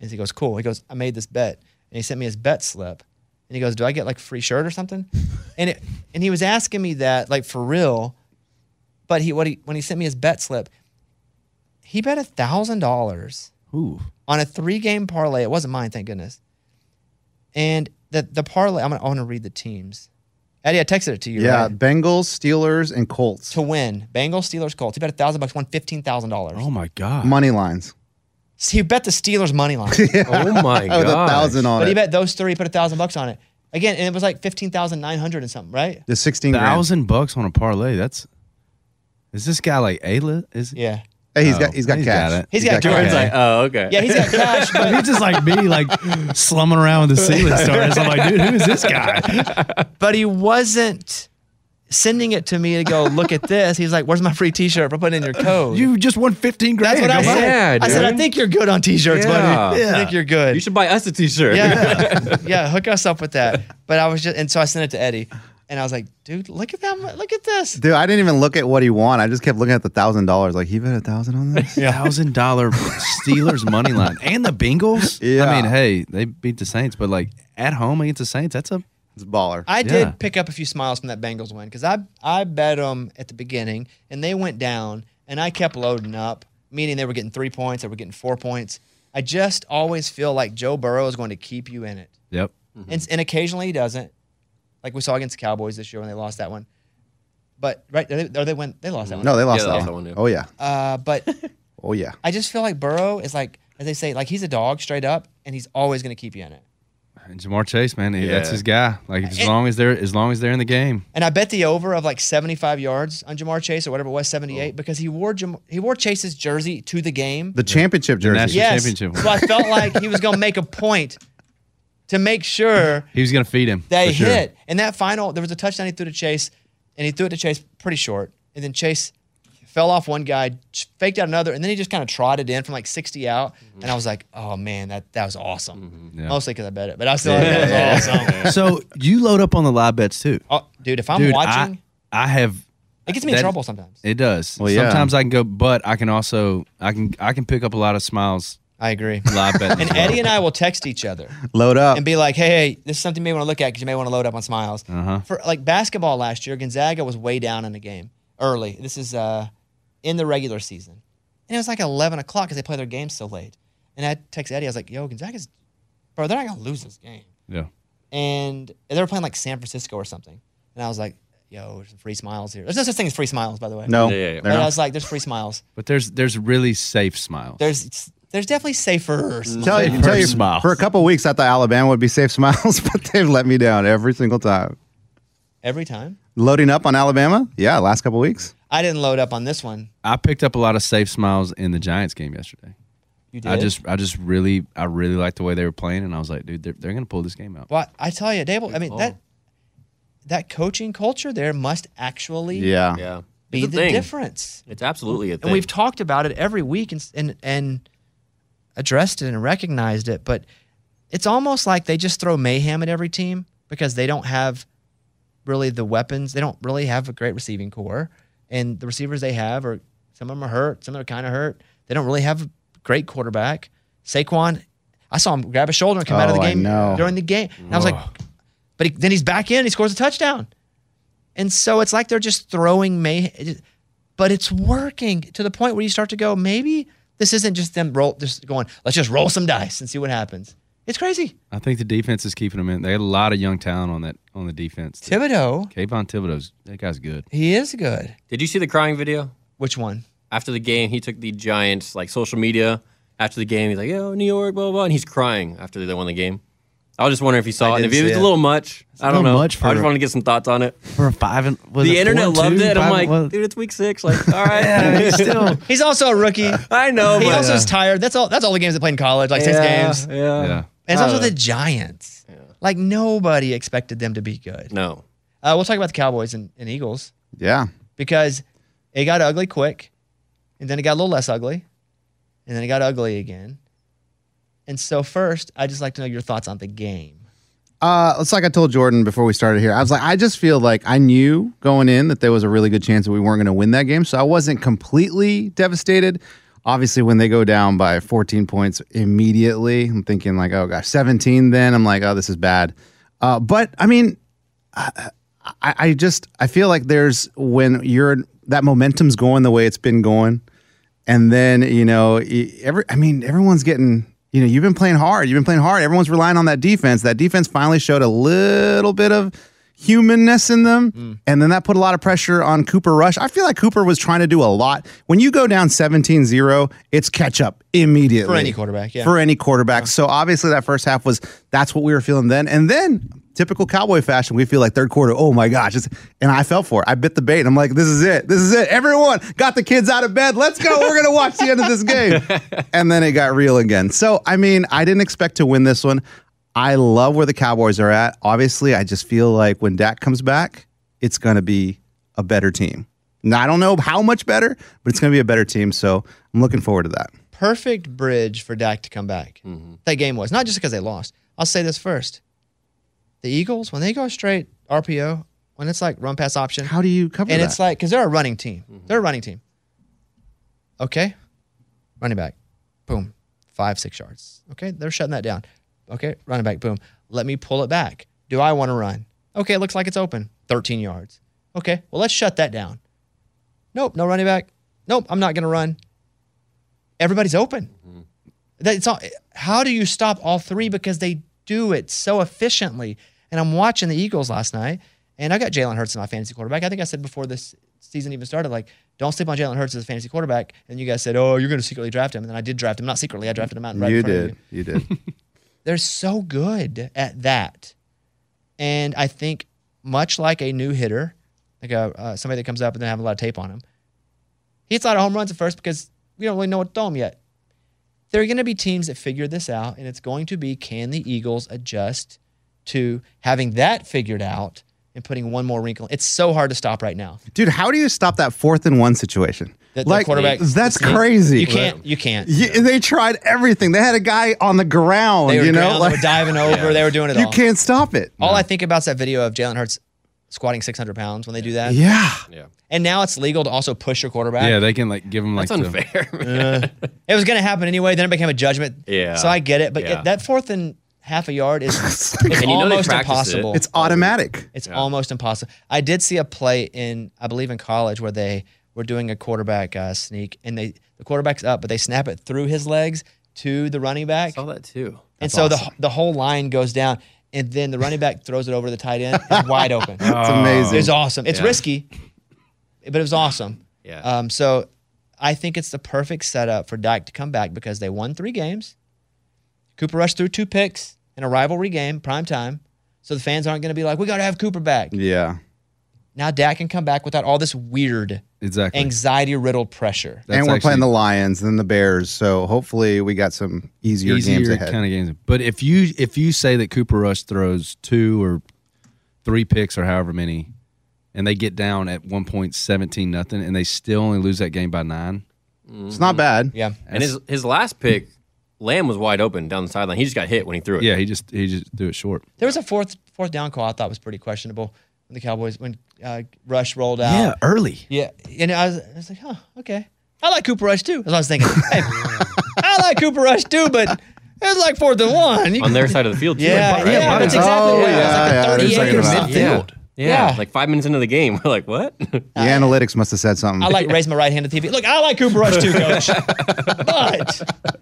Speaker 1: And he goes, Cool. He goes, I made this bet. And he sent me his bet slip. And he goes, Do I get like free shirt or something? and it, and he was asking me that, like for real. But he what he when he sent me his bet slip, he bet a thousand dollars
Speaker 4: Ooh.
Speaker 1: on a three game parlay. It wasn't mine, thank goodness. And the the parlay, I'm gonna I wanna read the teams. Eddie, I texted it to you,
Speaker 2: Yeah,
Speaker 1: right?
Speaker 2: Bengals, Steelers, and Colts.
Speaker 1: to win. Bengals, Steelers, Colts. He bet a thousand bucks, won fifteen thousand dollars.
Speaker 4: Oh my God.
Speaker 2: Money lines.
Speaker 1: He bet the Steelers money line,
Speaker 3: oh my
Speaker 2: With a
Speaker 3: gosh.
Speaker 2: thousand on
Speaker 1: but he
Speaker 2: it.
Speaker 1: bet those three. Put a thousand bucks on it again, and it was like fifteen thousand nine hundred and something, right?
Speaker 2: the sixteen grand.
Speaker 4: thousand bucks on a parlay. That's. Is this guy like Ayla? Is
Speaker 1: Yeah,
Speaker 2: Hey, he's
Speaker 4: Oh,
Speaker 2: got he's got
Speaker 4: he's
Speaker 2: cash.
Speaker 4: got it.
Speaker 1: He's got
Speaker 3: Jordan's
Speaker 1: cash.
Speaker 3: like, oh, okay.
Speaker 1: yeah, he's got cash, but
Speaker 4: He's just like me, like slumming around with the ceiling stars. I'm like, dude, who is this guy?
Speaker 1: but he wasn't sending it to me to go look at this. He's like, "Where's my free T-shirt for putting in your code?"
Speaker 4: You just won 15 grand.
Speaker 1: That's what I
Speaker 4: Come on.
Speaker 1: said.
Speaker 3: Yeah,
Speaker 1: I said, "I
Speaker 3: dude.
Speaker 1: think you're good on T-shirts, buddy.
Speaker 4: Yeah.
Speaker 1: I think you're good."
Speaker 3: you should buy us a t-shirt.
Speaker 1: Yeah, yeah. Hook us up with that. But I was just, and so I sent it to Eddie, and I was like, "Dude, look at that! Look at this."
Speaker 2: Dude, I didn't even look at what he won. I just kept looking at the thousand dollars. Like he bet a thousand on this.
Speaker 4: thousand dollar Steelers money line and the Bengals.
Speaker 2: Yeah.
Speaker 4: I mean, hey, they beat the Saints, but like at home against the Saints, that's a
Speaker 2: It's baller.
Speaker 1: I
Speaker 4: Yeah.
Speaker 1: did pick up a few smiles from that Bengals win because I I bet them at the beginning and they went down and I kept loading up, meaning they were getting three points, they were getting four points. I just always feel like Joe Burrow is going to keep you in it,
Speaker 4: Yep.
Speaker 1: and, and occasionally he doesn't, like we saw against the Cowboys this year when they lost that one. But right, or they, or they went, they lost that one.
Speaker 2: no, they lost
Speaker 3: Yeah, they
Speaker 2: that,
Speaker 3: lost
Speaker 2: one.
Speaker 3: that one, yeah.
Speaker 2: Oh yeah.
Speaker 1: Uh, but
Speaker 2: Oh yeah.
Speaker 1: I just feel like Burrow is like, as they say, like he's a dog straight up, and he's always going to keep you in it.
Speaker 4: And Jamar Chase, man, he- that's
Speaker 3: Yeah.
Speaker 4: his guy. Like as
Speaker 1: And-
Speaker 4: long as they're as long as they're in the game.
Speaker 1: And I bet the over of like 75 yards on Jamar Chase or whatever it was, 78,
Speaker 4: Oh.
Speaker 1: because he wore Jam- he wore Chase's jersey to the game.
Speaker 2: The championship jersey.
Speaker 4: national-
Speaker 1: yes.
Speaker 4: championship.
Speaker 1: So I felt like he was going to make a point to make sure
Speaker 4: He was gonna feed him.
Speaker 1: they
Speaker 4: for sure.
Speaker 1: hit. And that final, there was a touchdown he threw to Chase, and he threw it to Chase pretty short. And then Chase fell off one guy, ch- faked out another, and then he just kind of trotted in from like 60 out. And I was like, oh man, that, that was awesome.
Speaker 4: Mm-hmm. Yeah.
Speaker 1: Mostly because I bet it, but I was still like, that was awesome.
Speaker 4: So you load up on the live bets too.
Speaker 1: Oh, dude, if I'm
Speaker 4: Dude,
Speaker 1: watching,
Speaker 4: I, I have
Speaker 1: it gets me in
Speaker 4: that-
Speaker 1: trouble sometimes.
Speaker 4: It does.
Speaker 2: Well, yeah.
Speaker 4: Sometimes I can go, but I can also I can I can pick up a lot of smiles
Speaker 1: I agree.
Speaker 4: live betting.
Speaker 1: And Eddie and I will text each other
Speaker 2: Load up.
Speaker 1: and be like, "Hey, hey this is something you may want to look at because you may want to load up on smiles."
Speaker 4: Uh-huh.
Speaker 1: For like basketball last year, Gonzaga was way down in the game early. This is uh, in the regular season, and it was like eleven o'clock because they play their games so late. And I text Eddie, I was like, "Yo, Gonzaga's, bro, they're not gonna lose this game."
Speaker 4: yeah.
Speaker 1: And they were playing like San Francisco or something, and I was like, "Yo, there's some free smiles here." There's no such thing as free smiles, by the way.
Speaker 2: no.
Speaker 3: Yeah, yeah, yeah.
Speaker 2: they're
Speaker 1: But I
Speaker 2: not.
Speaker 1: was like, "There's free smiles.
Speaker 4: But there's there's really safe smiles.
Speaker 1: There's there's definitely safer." Smiles.
Speaker 2: Tell you, tell you
Speaker 4: smiles.
Speaker 2: for a couple weeks, I thought Alabama would be safe smiles, but they've let me down every single time.
Speaker 1: Every time.
Speaker 2: Loading up on Alabama, yeah, last couple weeks.
Speaker 1: I didn't load up on this one.
Speaker 4: I picked up a lot of safe smiles in the Giants game yesterday.
Speaker 1: You did.
Speaker 4: I just I just really I really liked the way they were playing, and I was like, dude, they're, they're gonna pull this game out.
Speaker 1: Well, I tell you, Dable. I mean that that coaching culture there must actually
Speaker 2: Yeah,
Speaker 3: Yeah.
Speaker 1: be
Speaker 3: It's a
Speaker 1: the
Speaker 3: thing.
Speaker 1: difference.
Speaker 3: It's absolutely a thing.
Speaker 1: And we've talked about it every week and s- and and addressed it and recognized it, but it's almost like they just throw mayhem at every team because they don't have really the weapons. They don't really have a great receiving core, and the receivers they have are some of them are hurt, some of them are kind of hurt. They don't really have a great quarterback. Saquon, I saw him grab a shoulder and come out of the
Speaker 2: Oh, I
Speaker 1: game
Speaker 2: know.
Speaker 1: during the game. And I was like, but he, then he's back in, he scores a touchdown. And so it's like they're just throwing may, but it's working to the point where you start to go, maybe this isn't just them roll, just going, let's just roll some dice and see what happens. It's crazy.
Speaker 4: I think the defense is keeping them in. They had a lot of young talent on that on the defense.
Speaker 1: Thibodeau,
Speaker 4: Kayvon Thibodeau's that guy's good.
Speaker 1: he is good.
Speaker 3: Did you see the crying video?
Speaker 1: Which one?
Speaker 3: After the game, he took the Giants like social media. After the game, he's like, "Yo, New York, blah blah,", blah and he's crying after they won the game. I was just wondering if you saw it. And if
Speaker 1: didn't
Speaker 3: it was
Speaker 1: see
Speaker 3: a
Speaker 1: it.
Speaker 3: little much, I don't
Speaker 4: little
Speaker 3: know.
Speaker 4: much
Speaker 3: I
Speaker 4: for-
Speaker 3: just wanted to get some thoughts on it.
Speaker 4: For a five and was
Speaker 3: the internet loved it. And I'm like, dude, it's week six. Like, all right,
Speaker 4: still.
Speaker 1: He's also a rookie.
Speaker 3: I know.
Speaker 1: He
Speaker 3: but-
Speaker 1: also is tired. That's all. That's all the games they played in college, like six
Speaker 3: Yeah,
Speaker 1: games. And
Speaker 3: Yeah.
Speaker 4: Yeah.
Speaker 1: it's also the Giants. Like nobody expected them to be good.
Speaker 3: No.
Speaker 1: Uh, we'll talk about the Cowboys and, and Eagles
Speaker 2: yeah.
Speaker 1: because it got ugly quick, and then it got a little less ugly, and then it got ugly again. And so first, I just like to know your thoughts on the game.
Speaker 2: Uh, it's like I told Jordan before we started here. I was like, I just feel like I knew going in that there was a really good chance that we weren't going to win that game, so I wasn't completely devastated. Obviously, when they go down by 14 points immediately, I'm thinking like, oh gosh, 17. Then I'm like, oh, this is bad. Uh, but I mean, I, I just I feel like there's when you're that momentum's going the way it's been going, and then you know e- every I mean everyone's getting you know you've been playing hard, you've been playing hard. Everyone's relying on that defense. That defense finally showed a little bit of humanness in them,
Speaker 1: Mm.
Speaker 2: and then that put a lot of pressure on Cooper Rush. I feel like Cooper was trying to do a lot. When you go down 17-0, it's catch up immediately
Speaker 1: For any quarterback, yeah.
Speaker 2: for any quarterback. So obviously that first half was that's what we were feeling then. And then typical cowboy fashion, we feel like third quarter, oh my gosh. It's, and I fell for it. I bit the bait. And I'm like, this is it. This is it. Everyone got the kids out of bed. Let's go. We're gonna watch the end of this game. And then it got real again. So I mean, I didn't expect to win this one. I love where the Cowboys are at. Obviously, I just feel like when Dak comes back, it's gonna be a better team. Now I don't know how much better, but it's gonna be a better team. So I'm looking forward to that.
Speaker 1: perfect bridge for Dak to come back.
Speaker 2: Mm-hmm.
Speaker 1: That game was not just because they lost. I'll say this first: the Eagles when they go straight RPO, when it's like run pass option,
Speaker 2: How do you cover
Speaker 1: and
Speaker 2: that? Mm-hmm.
Speaker 1: it's like because they're a running team, they're a running team. Okay, running back, boom, five six yards. Okay, they're shutting that down. Okay, running back, boom. Let me pull it back. Do I want to run? Okay, it looks like it's open. 13 yards. Okay, well, let's shut that down. Nope, no running back. Nope, I'm not going to run. Everybody's open. That- it's all, how do you stop all three? Because they do it so efficiently. And I'm watching the Eagles last night, and I got Jalen Hurts as my fantasy quarterback. I think I said before this season even started, like, don't sleep on Jalen Hurts as a fantasy quarterback. And you guys said, oh, you're going to secretly draft him. And then I did draft him. Not secretly, I drafted him out. in Right in
Speaker 2: you
Speaker 1: front of
Speaker 2: did. You did.
Speaker 1: they're so good at that. And I think much like a new hitter, like a, uh, somebody that comes up and they have a lot of tape on him, he hits a lot of home runs at first because we don't really know what to throw him yet. There are going to be teams that figure this out, and it's going to be can the Eagles adjust to having that figured out and putting one more wrinkle? It's so hard to stop right now.
Speaker 2: Dude, how do you stop that fourth and one situation?
Speaker 1: The- the quarterback-
Speaker 2: That's
Speaker 1: You-
Speaker 2: crazy.
Speaker 1: You can't. You can't.
Speaker 2: Y- they tried everything. They had a guy on the ground,
Speaker 1: They were,
Speaker 2: you know,
Speaker 1: ground, they were diving over. They were doing it
Speaker 2: you
Speaker 1: all.
Speaker 2: can't stop it.
Speaker 1: All I think about is that video of Jalen Hurts squatting 600 pounds when they do that.
Speaker 2: Yeah.
Speaker 3: Yeah.
Speaker 1: And now it's legal to also push your quarterback.
Speaker 4: Yeah, they can like give them like
Speaker 3: That's
Speaker 4: the,
Speaker 3: unfair. man.
Speaker 1: It was going to happen anyway. Then it became a judgment.
Speaker 3: Yeah.
Speaker 1: So I get it. But
Speaker 3: Yeah.
Speaker 1: that fourth and half a yard is it's
Speaker 3: you know they
Speaker 1: almost
Speaker 3: practice it.
Speaker 1: impossible.
Speaker 2: It's automatic.
Speaker 1: It's almost impossible. I did see a play in, I believe, in college where they were doing a quarterback uh, sneak, and they the quarterback's up, but they snap it through his legs to the running back,
Speaker 3: Saw that too.
Speaker 1: and so the the whole line goes down, and then the running back throws it over the tight end, it's wide open.
Speaker 2: It's amazing.
Speaker 1: It's awesome. It's
Speaker 3: Oh. Yeah.
Speaker 1: risky, but it was awesome.
Speaker 3: Yeah.
Speaker 1: Um, so I think it's the perfect setup for Dyke to come back because they won three games. Cooper Rush threw two picks in a rivalry game, prime time. So the fans aren't going to be like, we got to have Cooper back.
Speaker 2: yeah.
Speaker 1: Now Dak can come back without all this weird
Speaker 4: exactly.
Speaker 1: anxiety riddled pressure.
Speaker 4: That's
Speaker 2: and we're playing
Speaker 4: actually-
Speaker 2: the Lions and the Bears, so hopefully we got some easier, games ahead.
Speaker 4: kind of games. But if you if you say that Cooper Rush throws two or three picks or however many, and they get down at one point seventeen nothing, and they still only lose that game by nine,
Speaker 2: it's not bad.
Speaker 1: Yeah.
Speaker 3: And his his last pick, Lamb was wide open down the sideline. He just got hit when he threw it.
Speaker 4: yeah, he just he just threw it short.
Speaker 1: There was a fourth fourth down call I thought was pretty questionable when the Cowboys, when uh, Rush rolled out.
Speaker 4: Yeah, early.
Speaker 1: Yeah, and I was, I was like, huh, okay. I like Cooper Rush too. That's what I was thinking. Hey, I like Cooper Rush too, but it's like fourth and one. You-
Speaker 3: On their side of the field. Too,
Speaker 1: yeah,
Speaker 3: like,
Speaker 1: yeah,
Speaker 3: right?
Speaker 4: yeah,
Speaker 1: that's exactly
Speaker 2: Oh,
Speaker 1: what
Speaker 2: yeah, yeah, I
Speaker 1: it was.
Speaker 2: was
Speaker 1: Like a 38
Speaker 2: thinking
Speaker 1: or
Speaker 2: about
Speaker 1: something.
Speaker 4: Yeah.
Speaker 3: Yeah,
Speaker 1: Yeah.
Speaker 3: Like five minutes into the game, we're like, what?
Speaker 2: The analytics must have said something.
Speaker 1: I like raise my right hand to the TV. Look, I like Cooper Rush too, coach. but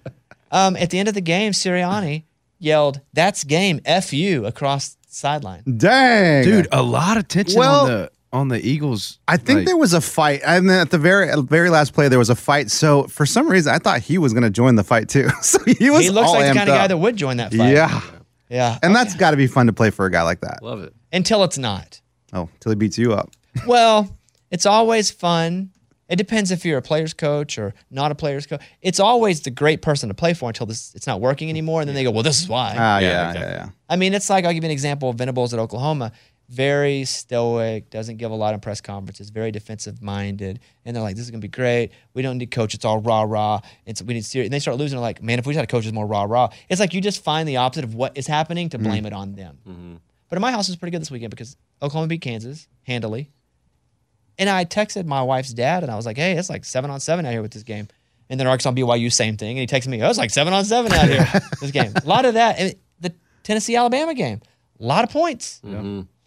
Speaker 1: um, at the end of the game, Sirianni yelled, "That's game, f you" across the sideline.
Speaker 2: Dang,
Speaker 4: Dude, a lot of tension
Speaker 2: Well-
Speaker 4: on the on the Eagles.
Speaker 2: I think
Speaker 4: like,
Speaker 2: there was a fight, and then at the very very last play, there was a fight. So for some reason, I thought he was going to join the fight too. so he was
Speaker 1: He looks
Speaker 2: all
Speaker 1: like the kind of
Speaker 2: amped
Speaker 1: guy
Speaker 2: up.
Speaker 1: that would join that fight.
Speaker 2: Yeah,
Speaker 1: yeah.
Speaker 2: and that's got to be fun to play for a guy like that.
Speaker 3: Love it.
Speaker 1: Until it's not.
Speaker 2: Oh, till he beats you up.
Speaker 1: Well, it's always fun. It depends if you're a player's coach or not a player's coach. It's always the great person to play for until this it's not working anymore, and then they go, "Well, this is why."
Speaker 2: Ah, yeah, yeah,
Speaker 3: exactly.
Speaker 2: yeah,
Speaker 1: I mean, it's like I'll give you an example of Venables at Oklahoma. Very stoic, doesn't give a lot in press conferences, very defensive minded. And they're like, this is going to be great. We don't need coach. It's all rah rah. It's, we need serious. And they start losing. They're like, man, if we just had a coach that's more rah rah. It's like you just find the opposite of what is happening to blame it on them. But in my house, it was pretty good this weekend because Oklahoma beat Kansas handily. And I texted my wife's dad and I was like, hey, it's like seven on seven out here with this game. And then Arkansas BYU, same thing. And he texted me, oh, it's like seven on seven out here this game. A lot of that. And the Tennessee Alabama game, a lot of points.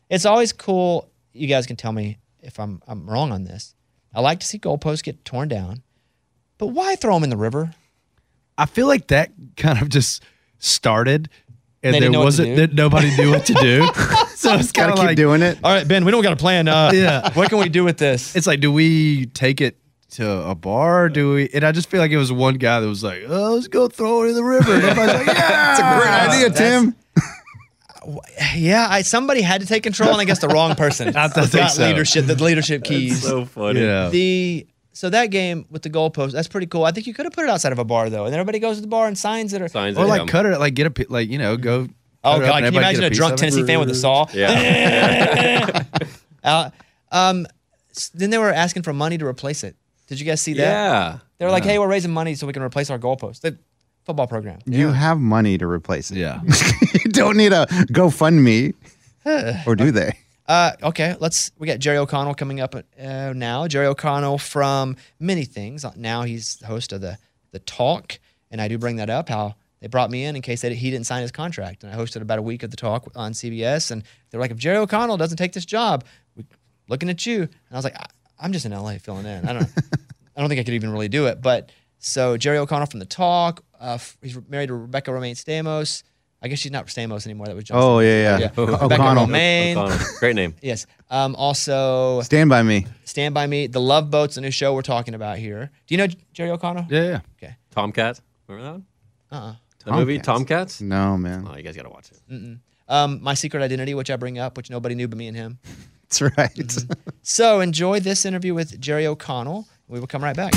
Speaker 1: It's always cool. You guys can tell me if I'm, I'm wrong on this. I like to see goalposts get torn down, but why throw them in the river?
Speaker 4: I feel like that kind of just started, and
Speaker 1: They didn't know
Speaker 4: there
Speaker 1: what to
Speaker 4: wasn't
Speaker 1: do.
Speaker 4: that nobody knew what to do. so it's kind
Speaker 2: Got to
Speaker 4: of
Speaker 2: keep
Speaker 4: like
Speaker 2: doing it.
Speaker 1: All right, Ben, we don't got a plan. Uh,
Speaker 4: Yeah.
Speaker 1: What can we do with this?
Speaker 4: It's like, do we take it to a bar? Or do we? And I just feel like it was one guy that was like, "Oh, let's go throw it in the river." And everybody's like, "Yeah,
Speaker 2: Ah, That's a great idea, Tim.
Speaker 1: Yeah, I, somebody had to take control, and I guess the wrong person
Speaker 4: I think
Speaker 1: got
Speaker 4: so.
Speaker 1: leadership. The leadership keys.
Speaker 3: So funny.
Speaker 4: Yeah.
Speaker 1: the so that game with the goalpost, that's pretty cool. I think you could have put it outside of a bar though, and then everybody goes to the bar and signs it. Or,
Speaker 3: Signs um,
Speaker 4: Or
Speaker 3: at
Speaker 4: like
Speaker 3: him.
Speaker 4: cut it, like get a pi- like you know go.
Speaker 1: oh
Speaker 4: cut it
Speaker 1: god,
Speaker 4: up and
Speaker 1: can you
Speaker 4: everybody get
Speaker 1: imagine a
Speaker 4: piece
Speaker 1: drunk
Speaker 4: of it?
Speaker 1: Tennessee fan with a saw?
Speaker 3: Yeah.
Speaker 1: Uh, um, s- then they were asking for money to replace it. Did you guys see that?
Speaker 3: yeah.
Speaker 1: They were like, "Hey, we're raising money so we can replace our goalpost." The football program.
Speaker 2: You have money to replace it.
Speaker 4: Yeah,
Speaker 2: you don't need a GoFundMe, or do they?
Speaker 1: Uh, okay, let's. We got Jerry O'Connell coming up uh, now. Jerry O'Connell Uh, from many things. Now he's the host of the the talk, and I do bring that up how They brought me in in case that he didn't sign his contract, and I hosted about a week of the talk on CBS. And they were like, "If Jerry O'Connell doesn't take this job, we looking at you." And I was like, I, "I'm just in LA filling in. I don't, I don't think I could even really do it." But so Jerry O'Connell from the talk, uh, f- he's married to Rebecca Romaine Stamos. I guess she's not Stamos anymore. That was John
Speaker 2: Oh,
Speaker 1: Stamos.
Speaker 2: yeah, yeah. O-
Speaker 1: Rebecca
Speaker 2: O'Connell.
Speaker 1: Romaine.
Speaker 3: O'Connell. Great name.
Speaker 1: Yes. Um, also,
Speaker 2: Stand by me.
Speaker 1: Stand By Me, The Love Boat's a new show we're talking about here. Do you know Jerry O'Connell?
Speaker 4: Yeah, yeah.
Speaker 3: Tomcat. Remember that one?
Speaker 1: Uh-uh.
Speaker 3: The movie
Speaker 2: Tomcats.
Speaker 3: Tomcats?
Speaker 2: No, man.
Speaker 3: Oh, you guys got to watch it.
Speaker 1: Um, My Secret Identity, which I bring up, which nobody knew but me and him.
Speaker 2: That's right.
Speaker 1: So enjoy this interview with Jerry O'Connell. We will come right back.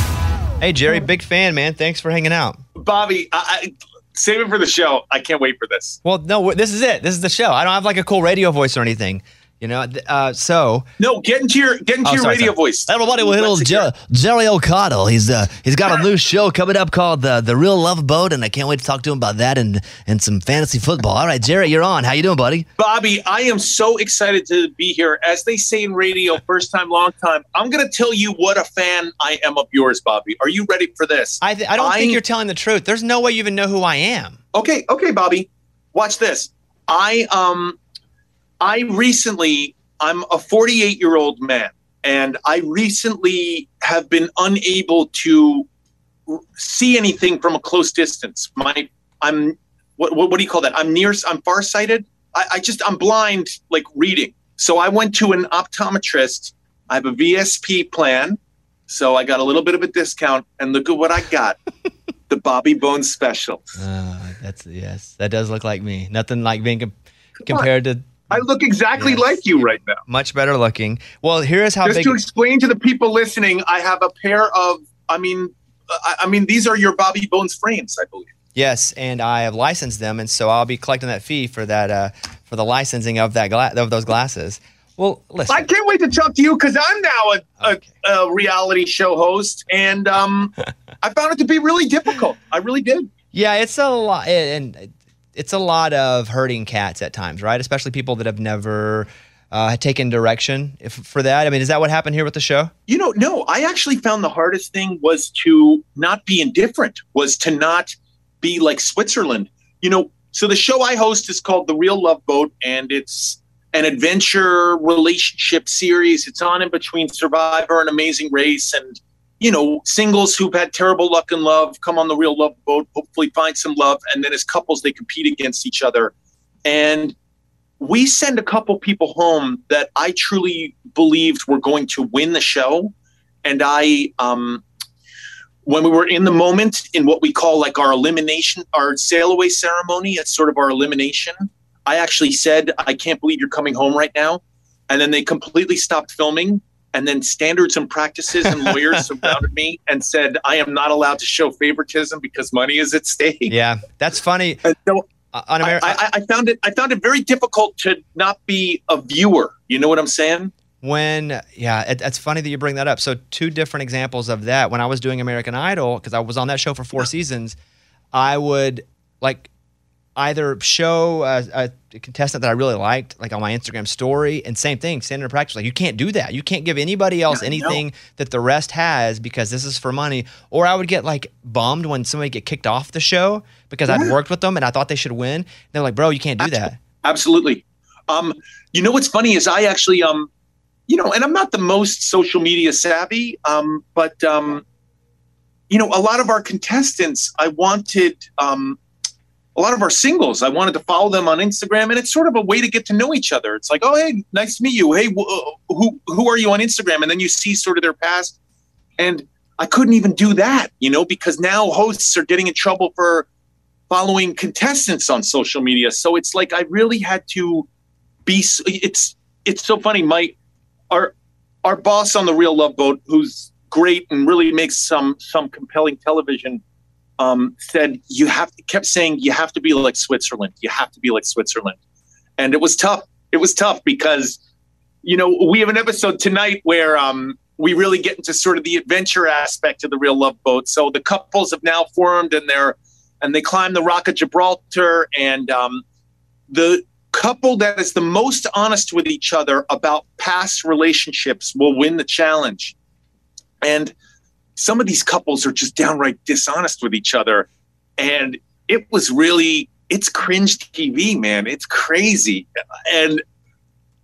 Speaker 1: Hey, Jerry, big fan, man. Thanks for hanging out.
Speaker 5: Bobby, I, I, save it for the show. I can't wait for this.
Speaker 1: Well, no, w- this is it. This is the show. I don't have like a cool radio voice or anything. You know, Th- uh, so
Speaker 5: No, get into your get into
Speaker 1: Oh,
Speaker 5: your
Speaker 1: sorry,
Speaker 5: radio
Speaker 1: sorry.
Speaker 5: voice.
Speaker 1: everybody will hit
Speaker 5: Let's
Speaker 1: old
Speaker 5: hear
Speaker 1: Jer-
Speaker 5: it.
Speaker 1: Jerry O'Connell. He's uh, he's got a new show coming up called uh, the the Real Love Boat, and I can't wait to talk to him about that and and some fantasy football. All right, Jerry, you're on. How you doing, buddy?
Speaker 5: Bobby, I am so excited to be here. As they say in radio, first time, long time. I'm going to tell you what a fan I am of yours, Bobby. Are you ready for this?
Speaker 1: I th- I don't
Speaker 5: I'm-
Speaker 1: think you're telling the truth. There's no way you even know who I am.
Speaker 5: okay, okay, Bobby. Watch this. I um I recently I'm a 48-year-old man and I recently have been unable to r- see anything from a close distance. My I'm what what, what do you call that? I'm near I'm farsighted. I, I just I'm blind like reading. So I went to an optometrist. I have a VSP plan. So I got a little bit of a discount and look at what I got. the Bobby Bones special.
Speaker 1: Uh, that's yes. That does look like me. Nothing like being com- compared to
Speaker 5: I look exactly
Speaker 1: Yes.
Speaker 5: like you right now.
Speaker 1: much better looking. Well, here's how
Speaker 5: Just
Speaker 1: big.
Speaker 5: to explain to the people listening, I have a pair of. I mean, uh, I, I mean, these are your Bobby Bones frames, I believe.
Speaker 1: yes, and I have licensed them, and so I'll be collecting that fee for that uh, for the licensing of that gla- of those glasses. Well, listen.
Speaker 5: I can't wait to talk to you because I'm now a,
Speaker 1: Okay.
Speaker 5: a, a reality show host, and um, I found it to be really difficult. I really did.
Speaker 1: Yeah, it's a lot, and it's a lot of herding cats at times, right? Especially people that have never uh, taken direction if, for that. I mean, is that what happened here with the show?
Speaker 5: You know, no, I actually found the hardest thing was to not be indifferent, was to not be like Switzerland. You know, so the show I host is called The Real Love Boat, and it's an adventure relationship series. It's on in between Survivor and Amazing Race. And, you know, singles who've had terrible luck in love come on The Real Love Boat, hopefully find some love. And then as couples, they compete against each other. And we send a couple people home that I truly believed were going to win the show. And I, um, when we were in the moment in what we call like our elimination, our sail away ceremony, it's sort of our elimination. I actually said, I can't believe you're coming home right now. And then they completely stopped filming. And then standards and practices and lawyers surrounded me and said, I am not allowed to show favoritism because money is at stake.
Speaker 1: Yeah, that's funny.
Speaker 5: And so
Speaker 1: Uh, on
Speaker 5: I,
Speaker 1: Ameri-
Speaker 5: I, I found it. I found it very difficult to not be a viewer. You know what I'm saying?
Speaker 1: when yeah it, it's funny that you bring that up so two different examples of that when i was doing american idol because i was on that show for four seasons i would like either show a, a contestant that i really liked like on my instagram story and same thing standard practice like you can't do that you can't give anybody else
Speaker 5: No,
Speaker 1: anything that the rest has because this is for money or i would get like bummed when somebody get kicked off the show because i'd worked with them and i thought they should win they're like bro you can't do that
Speaker 5: Absolutely. Um, you know what's funny is I actually um, you know, and I'm not the most social media savvy, um, but um, you know, a lot of our contestants, I wanted um, a lot of our singles. I wanted to follow them on Instagram, and it's sort of a way to get to know each other. It's like, oh, hey, nice to meet you. Hey, wh- uh, who who are you on Instagram? And then you see sort of their past, and I couldn't even do that, you know, because now hosts are getting in trouble for following contestants on social media. So it's like I really had to be. s- It's it's so funny. My our our boss on the Real Love Boat, who's great and really makes some some compelling television, um, said you have kept saying you have to be like Switzerland. You have to be like Switzerland, and it was tough. It was tough because you know we have an episode tonight where. Um, we really get into sort of the adventure aspect of the real love boat. So the couples have now formed and they're and they climb the Rock of Gibraltar. And um, the couple that is the most honest with each other about past relationships will win the challenge. And some of these couples are just downright dishonest with each other. And it was really it's cringe TV, man. It's crazy, and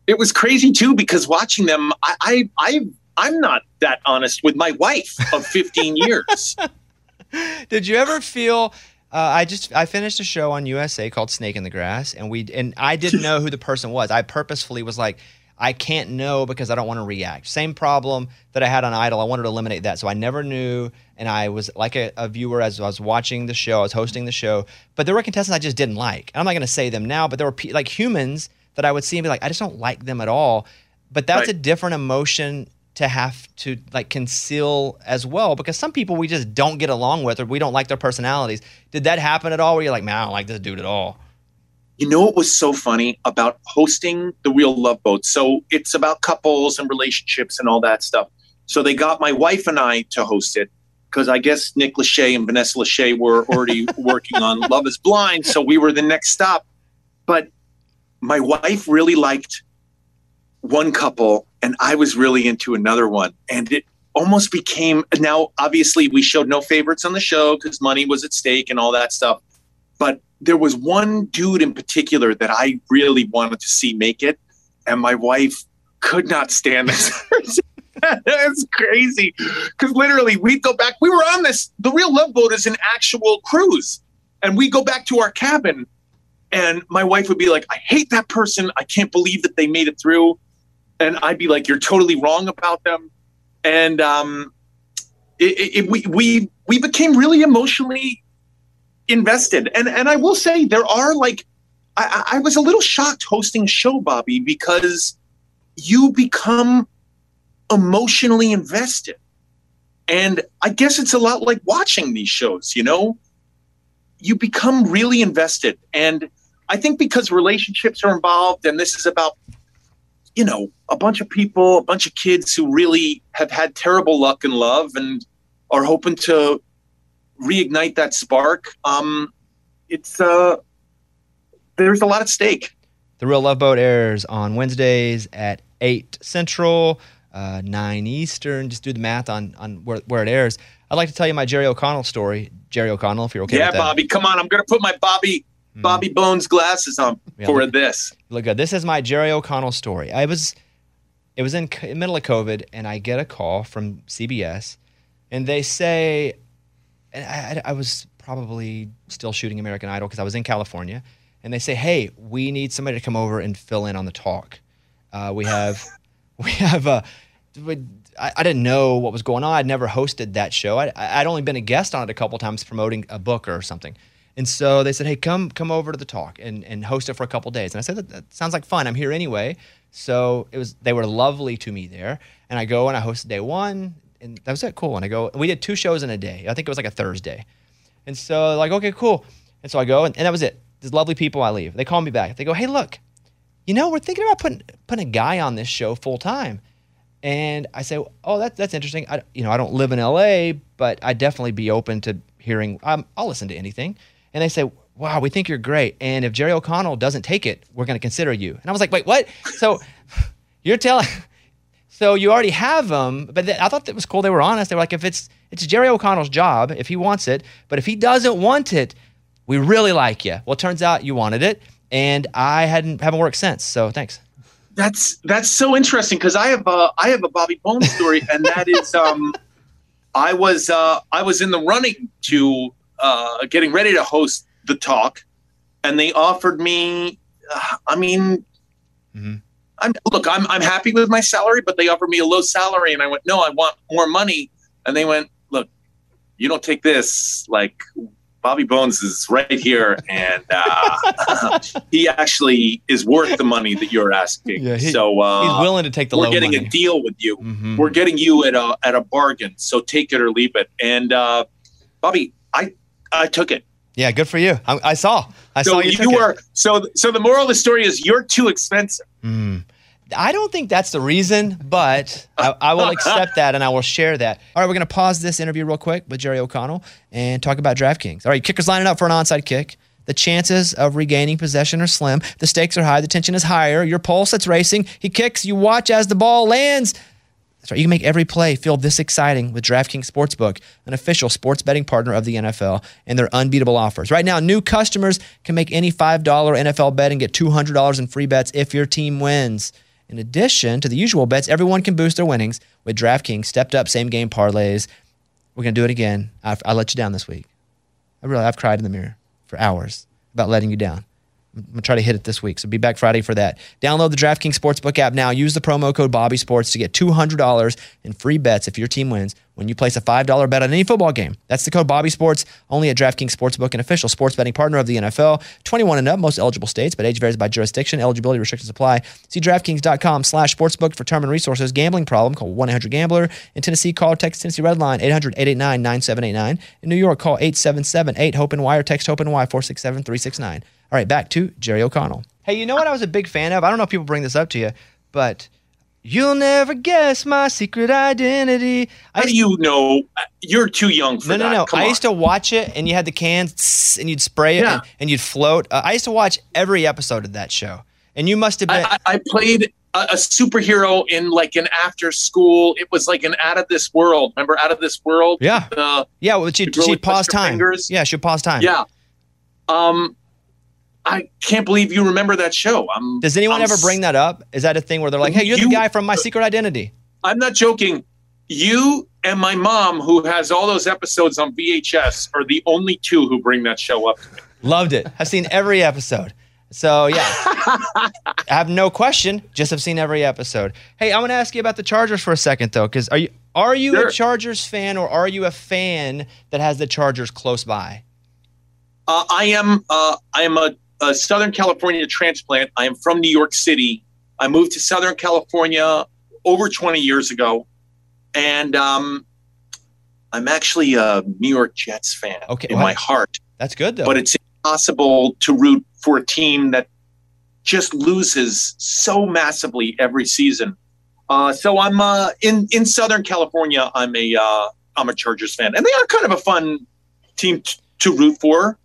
Speaker 5: it was crazy too because watching them, I, I, I I'm not that honest with my wife of 15 years.
Speaker 1: Did you ever feel? Uh, I just I finished a show on USA called Snake in the Grass, and we and I didn't know who the person was. I purposefully was like, I can't know because I don't want to react. Same problem that I had on Idol. I wanted to eliminate that, so I never knew. And I was like a, a viewer as I was watching the show. I was hosting the show, but there were contestants I just didn't like. And I'm not going to say them now, but there were pe- like humans that I would see and be like, I just don't like them at all. But that's
Speaker 5: Right.
Speaker 1: a different emotion to have to like conceal as well because some people we just don't get along with or we don't like their personalities. Did that happen at all? Where you're like, man, I don't like this dude at all.
Speaker 5: You know what was so funny about hosting the Real Love Boat? So it's about couples and relationships and all that stuff. So they got my wife and I to host it because I guess Nick Lachey and Vanessa Lachey were already working on Love is Blind. So we were the next stop. But my wife really liked one couple and I was really into another one. And it almost became now, obviously, we showed no favorites on the show because money was at stake and all that stuff but there was one dude in particular that I really wanted to see make it, and my wife could not stand this. person. That's crazy, because literally we'd go back. We were on this. The real love boat is an actual cruise, and we go back to our cabin, and my wife would be like, "I hate that person. I can't believe that they made it through," and I'd be like, "You're totally wrong about them," and um, it, it, it, we we we became really emotionally invested. And and I will say there are like I, I I was a little shocked hosting a show, Bobby, because you become emotionally invested. And I guess it's a lot like watching these shows, you know? You become really invested. And I think because relationships are involved and this is about, you know, a bunch of people, a bunch of kids who really have had terrible luck in love and are hoping to reignite that spark. Um, it's uh, there's a lot at stake.
Speaker 1: The Real Love Boat airs on Wednesdays at 8 Central, uh, 9 Eastern. Just do the math on, on where, where it airs. I'd like to tell you my Jerry O'Connell story. Jerry O'Connell, if you're okay
Speaker 5: yeah,
Speaker 1: with that.
Speaker 5: Bobby, come on! I'm gonna put my Bobby
Speaker 1: Mm.
Speaker 5: Bobby Bones glasses on
Speaker 1: Yeah,
Speaker 5: for
Speaker 1: look-
Speaker 5: this.
Speaker 1: Look, good. this is my Jerry O'Connell story. I was, it was in c- middle of COVID, and I get a call from CBS, and they say, and I, I I was probably still shooting American Idol because I was in California, and they say, hey, we need somebody to come over and fill in on the talk. Uh, we have, we have a. we- I, I didn't know what was going on. I'd never hosted that show. I, I- I'd only been a guest on it a couple times, promoting a book or something. And so they said, "Hey, come come over to the talk and, and host it for a couple days." And I said, that, "That sounds like fun. I'm here anyway." So it was. They were lovely to me there, and I go and I hosted day one, and that was it. Cool. And I go. And we did two shows in a day. I think it was like a Thursday. And so they're like, okay, cool. And so I go, and, and that was it. These lovely people, I leave. They call me back. They go, hey, look, you know, we're thinking about putting putting a guy on this show full time. And I say, oh, that, that's interesting. I, you know, I don't live in LA, but I'd definitely be open to hearing. Um, I'll listen to anything. And they say, wow, we think you're great. And if Jerry O'Connell doesn't take it, we're going to consider you. And I was like, wait, what? So you're telling. So you already have them, but th- I thought that was cool. They were honest. They were like, if it's it's Jerry O'Connell's job, if he wants it, but if he doesn't want it, we really like you. Well, it turns out you wanted it, and I hadn't haven't worked since. So thanks.
Speaker 5: That's that's so interesting because I have a I have a Bobby Bones story, and that is um, I was uh, I was in the running to uh, getting ready to host the talk, and they offered me. Uh, I mean,
Speaker 1: Mhm.
Speaker 5: I'm look, I'm I'm happy with my salary, but they offered me a low salary, and I went, no, I want more money, and they went, look, you don't take this like. Bobby Bones is right here, and uh, he actually is worth the money that you're asking.
Speaker 1: Yeah, he-
Speaker 5: so uh,
Speaker 1: He's willing to take the
Speaker 5: we're
Speaker 1: low
Speaker 5: getting
Speaker 1: money.
Speaker 5: a deal with you.
Speaker 1: Mhm.
Speaker 5: We're getting you at a at a bargain. So take it or leave it. And uh, Bobby, I I took it.
Speaker 1: Yeah, good for you. I, I saw. I
Speaker 5: so
Speaker 1: saw you. took it.
Speaker 5: were so so. The moral of the story is you're too expensive.
Speaker 1: Mm. I don't think that's the reason, but I, I will accept that and I will share that. All right, we're going to pause this interview real quick with Jerry O'Connell and talk about DraftKings. All right, kickers lining up for an onside kick. The chances of regaining possession are slim. The stakes are high. The tension is higher. Your pulse, it's racing. He kicks. You watch as the ball lands That's right. You can make every play feel this exciting with DraftKings Sportsbook, an official sports betting partner of the NFL, and their unbeatable offers. Right now, new customers can make any $5 NFL bet and get $200 in free bets if your team wins. In addition to the usual bets, everyone can boost their winnings with DraftKings stepped up same game parlays. We're going to do it again. I, I let you down this week. I really, I've cried in the mirror for hours about letting you down. I'm gonna try to hit it this week. So be back Friday for that. Download the DraftKings Sportsbook app now. Use the promo code Bobby Sports to get two hundred dollars in free bets if your team wins when you place a five dollar bet on any football game. That's the code Bobby Sports only at DraftKings Sportsbook, an official sports betting partner of the NFL. Twenty one and up, most eligible states, but age varies by jurisdiction. Eligibility restrictions apply. See DraftKings.com/sportsbook for term and resources. Gambling problem? Call one eight hundred Gambler. In Tennessee, call text Tennessee Red Line 800-889-9789. In New York, call 877-8-HOPE-NY or text HOPE-NY 467-369. All right, back to Jerry O'Connell. Hey, you know what I was a big fan of? I don't know if people bring this up to you, but you'll never guess my secret identity. I
Speaker 5: How do
Speaker 1: used,
Speaker 5: you know? You're too young for
Speaker 1: no,
Speaker 5: that.
Speaker 1: no, no.
Speaker 5: Come
Speaker 1: I
Speaker 5: on.
Speaker 1: used to watch it, and you had the cans, tss, and you'd spray it,
Speaker 5: Yeah.
Speaker 1: and, and you'd float. Uh, I used to watch every episode of that show, and you must have been.
Speaker 5: I, I I played a, a superhero in like an after school. It was like an out of this world. Remember, out of this world.
Speaker 1: yeah,
Speaker 5: Uh,
Speaker 1: yeah. Well, she
Speaker 5: The girl
Speaker 1: she
Speaker 5: with
Speaker 1: paused
Speaker 5: Mr.
Speaker 1: time.
Speaker 5: Fingers?
Speaker 1: Yeah, she paused time.
Speaker 5: yeah. Um, I can't believe you remember that show. I'm.
Speaker 1: Does anyone
Speaker 5: I'm
Speaker 1: ever bring that up? Is that a thing where they're like, "Hey, you're
Speaker 5: You-
Speaker 1: the guy from My Secret Identity"?
Speaker 5: I'm not joking. You and my mom, who has all those episodes on VHS, are the only two who bring that show up.
Speaker 1: Loved it. I've seen every episode. So yeah, I have no question. Just have seen every episode. Hey, I'm gonna ask you about the Chargers for a second though, because are you are you
Speaker 5: Sure.
Speaker 1: a Chargers fan or are you a fan that has the Chargers close by?
Speaker 5: Uh, I am. Uh, I am a, a Southern California transplant. I am from New York City. I moved to Southern California over 20 years ago, and um, I'm actually a New York Jets fan
Speaker 1: Okay,
Speaker 5: in
Speaker 1: what?
Speaker 5: my heart.
Speaker 1: That's good though.
Speaker 5: But it's impossible to root for a team that just loses so massively every season. Uh, so I'm uh, in in Southern California. I'm a uh, I'm a Chargers fan, and they are kind of a fun team t- to root for.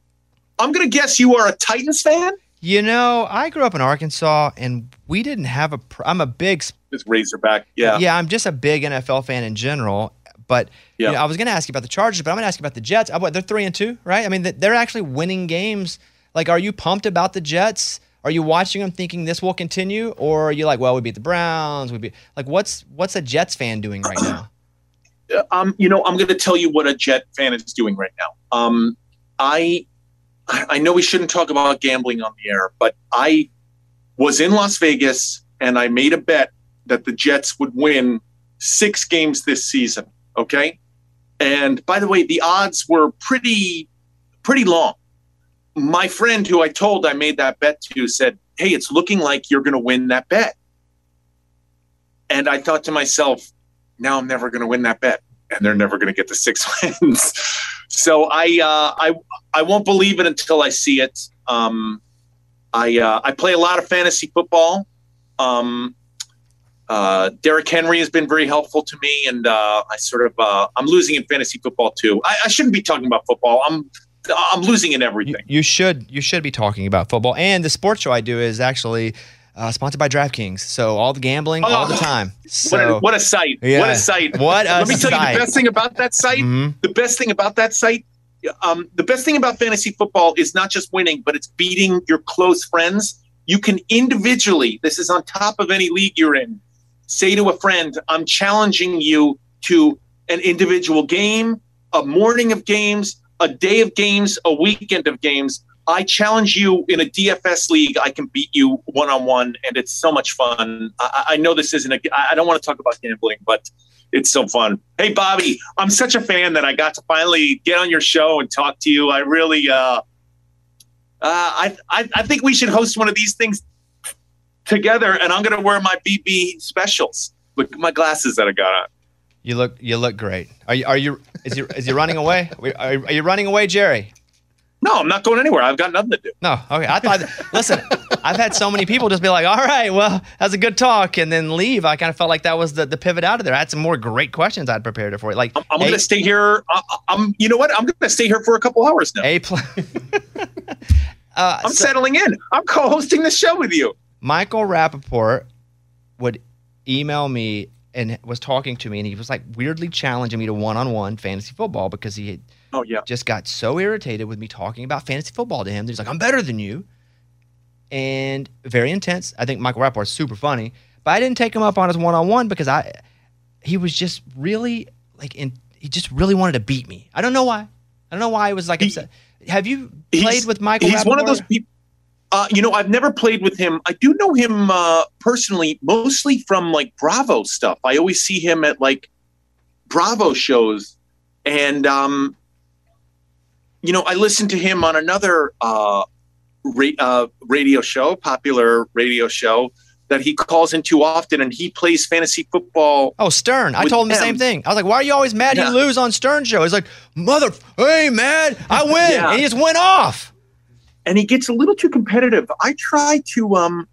Speaker 5: I'm gonna guess you are a Titans fan.
Speaker 1: you know, I grew up in Arkansas and we didn't have a. Pr- I'm a big sp-
Speaker 5: It's Razorback, yeah.
Speaker 1: yeah. I'm just a big NFL fan in general. But you
Speaker 5: Yeah.
Speaker 1: know, I was going to ask you about the Chargers, but I'm going to ask you about the Jets. I, what, they're three and two, right? I mean, th- they're actually winning games. Like, are you pumped about the Jets? Are you watching them thinking this will continue, or are you like, well, we beat the Browns, we beat like what's what's a Jets fan doing right now?
Speaker 5: Uh, Um, you know, I'm gonna tell you what a Jet fan is doing right now. Um, I I I know we shouldn't talk about gambling on the air, but I was in Las Vegas and I made a bet that the Jets would win six games this season. Okay. And by the way, the odds were pretty, pretty long. My friend who I told I made that bet to said, Hey, it's looking like you're going to win that bet. And I thought to myself, now I'm never going to win that bet. And they're never going to get the six wins. so I, uh, I, I won't believe it until I see it. Um, I, uh, I play a lot of fantasy football. Um, uh, Derrick Henry has been very helpful to me, and uh, I sort of uh, I'm losing in fantasy football too. I, I shouldn't be talking about football. I'm I'm losing in
Speaker 1: You,
Speaker 5: everything.
Speaker 1: you should you should be talking about football, and the sports show I do is actually uh, sponsored by DraftKings, so all the gambling all the
Speaker 5: Oh.
Speaker 1: time.
Speaker 5: what, a,
Speaker 1: So
Speaker 5: what a site! What
Speaker 1: Yeah.
Speaker 5: a site!
Speaker 1: what a
Speaker 5: Let me tell you
Speaker 1: site.
Speaker 5: the best thing about that site.
Speaker 1: Mhm.
Speaker 5: The best thing about that site. Um, the best thing about fantasy football is not just winning, but it's beating your close friends. You can individually. This is on top of any league you're in. Say to a friend, "I'm challenging you to an individual game, a morning of games, a day of games, a weekend of games. I challenge you in a DFS league. I can beat you one on one, and it's so much fun. I, I I know this isn't a. I I don't want to talk about gambling, but it's so fun. Hey, Bobby, I'm such a fan that I got to finally get on your show and talk to you. I really, uh, uh, I, I, I think we should host one of these things together, and I'm going to wear my BB specials. Look at my glasses that I got on.
Speaker 1: You look you look great. Are you are you is you is you running away? Are, are you running away, Jerry?
Speaker 5: No, I'm not going anywhere. I've got nothing to do.
Speaker 1: No. Okay. I thought. listen, I've had so many people just be like, "All right, well, that was a good talk," and then leave. I kind of felt like that was the, the pivot out of there. I had some more great questions I'd prepared for it. Like
Speaker 5: I'm, I'm
Speaker 1: a,
Speaker 5: going to stay here. I, I- I'm, you know what? I'm going to stay here for a couple hours now.
Speaker 1: a plus. uh,
Speaker 5: I'm
Speaker 1: so
Speaker 5: settling in. I'm co-hosting the show with you.
Speaker 1: Michael Rappaport would email me and was talking to me, and he was like weirdly challenging me to one on one fantasy football because he had
Speaker 5: Oh yeah.
Speaker 1: just got so irritated with me talking about fantasy football to him. He's like, I'm better than you. And very intense. I think Michael Rapport's super funny. But I didn't take him up on his one on one because I he was just really like in he just really wanted to beat me. I don't know why. I don't know why he was like
Speaker 5: He-
Speaker 1: upset. Have you
Speaker 5: he's-
Speaker 1: played with Michael
Speaker 5: He's one of
Speaker 1: Rappaport?
Speaker 5: those people. Uh, you know, I've never played with him. I do know him uh, personally, mostly from like Bravo stuff. I always see him at like Bravo shows, and um, you know, I listened to him on another uh, ra- uh, radio show, popular radio show that he calls into often, and he plays fantasy football.
Speaker 1: Oh, Stern. I
Speaker 5: With
Speaker 1: told him the
Speaker 5: him.
Speaker 1: same thing. I was like, why are you always mad
Speaker 5: Yeah.
Speaker 1: you lose on Stern show? He's like, mother, hey, man, I win.
Speaker 5: Yeah.
Speaker 1: And he just went off.
Speaker 5: and he gets a little too competitive. I try to um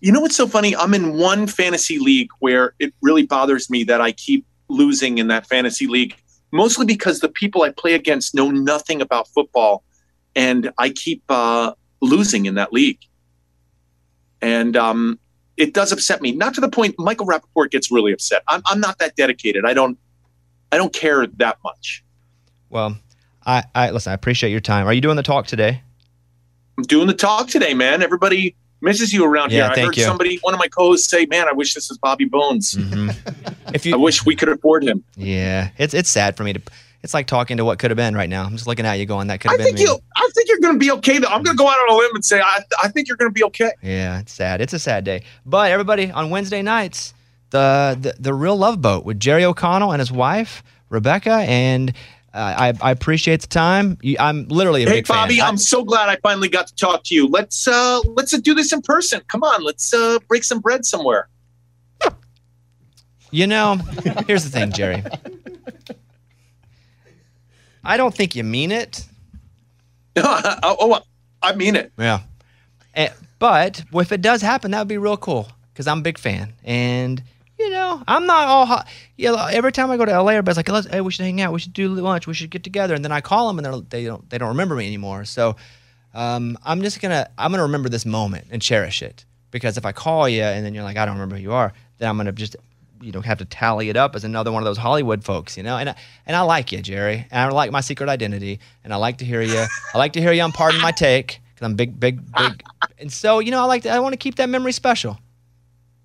Speaker 5: you know what's so funny? I'm in one fantasy league where it really bothers me that I keep losing in that fantasy league, mostly because the people I play against know nothing about football and I keep uh losing in that league. And um it does upset me. Not to the point Michael Rappaport gets really upset. I'm I'm not that dedicated. I don't I don't care that much.
Speaker 1: Well, I, I listen, I appreciate your time. Are you doing the talk today?
Speaker 5: I'm doing the talk today, man. Everybody misses you around
Speaker 1: Yeah,
Speaker 5: here. I
Speaker 1: thank
Speaker 5: heard
Speaker 1: you. Mm.
Speaker 5: somebody, one of my co-hosts, say, "Man, I wish this was Bobby Bones.
Speaker 1: Mm-hmm. If
Speaker 5: I
Speaker 1: you,
Speaker 5: wish we could afford him."
Speaker 1: yeah, it's it's sad for me to. It's like talking to what could have been right now. I'm just looking at you, going, that could
Speaker 5: I
Speaker 1: have been
Speaker 5: think
Speaker 1: me.
Speaker 5: you. I think you're going to be okay. Though I'm going to go out on a limb and say, I, I think you're going to be okay.
Speaker 1: Yeah, it's sad. It's a sad day. But everybody, on Wednesday nights, the the, the Real Love Boat with Jerry O'Connell and his wife Rebecca, and uh, I I appreciate the time. You, I'm literally a
Speaker 5: Hey,
Speaker 1: big fan.
Speaker 5: Bobby,
Speaker 1: I-
Speaker 5: I'm so glad I finally got to talk to you. Let's uh, let's do this in person. Come on, let's uh, break some bread somewhere.
Speaker 1: You know, here's the thing, Jerry. I don't think you mean it.
Speaker 5: oh, oh, I mean it.
Speaker 1: Yeah. Eh, but if it does happen, that would be real cool because I'm a big fan. And, you know, I'm not all hot. You know, every time I go to LA, everybody's like, Let's, hey, we should hang out. We should do lunch. We should get together. And then I call them and they're, they, don't, they don't remember me anymore. So um, I'm just going to, I'm going to remember this moment and cherish it because if I call you and then you're like, I don't remember who you are, then I'm going to just, you know, have to tally it up as another one of those Hollywood folks, you know? And I, and I like you, Jerry. And I like my secret identity. And I like to hear you. I like to hear you on Pardon My Take because I'm big, big, big. And so, you know, I like to, I want to keep that memory special.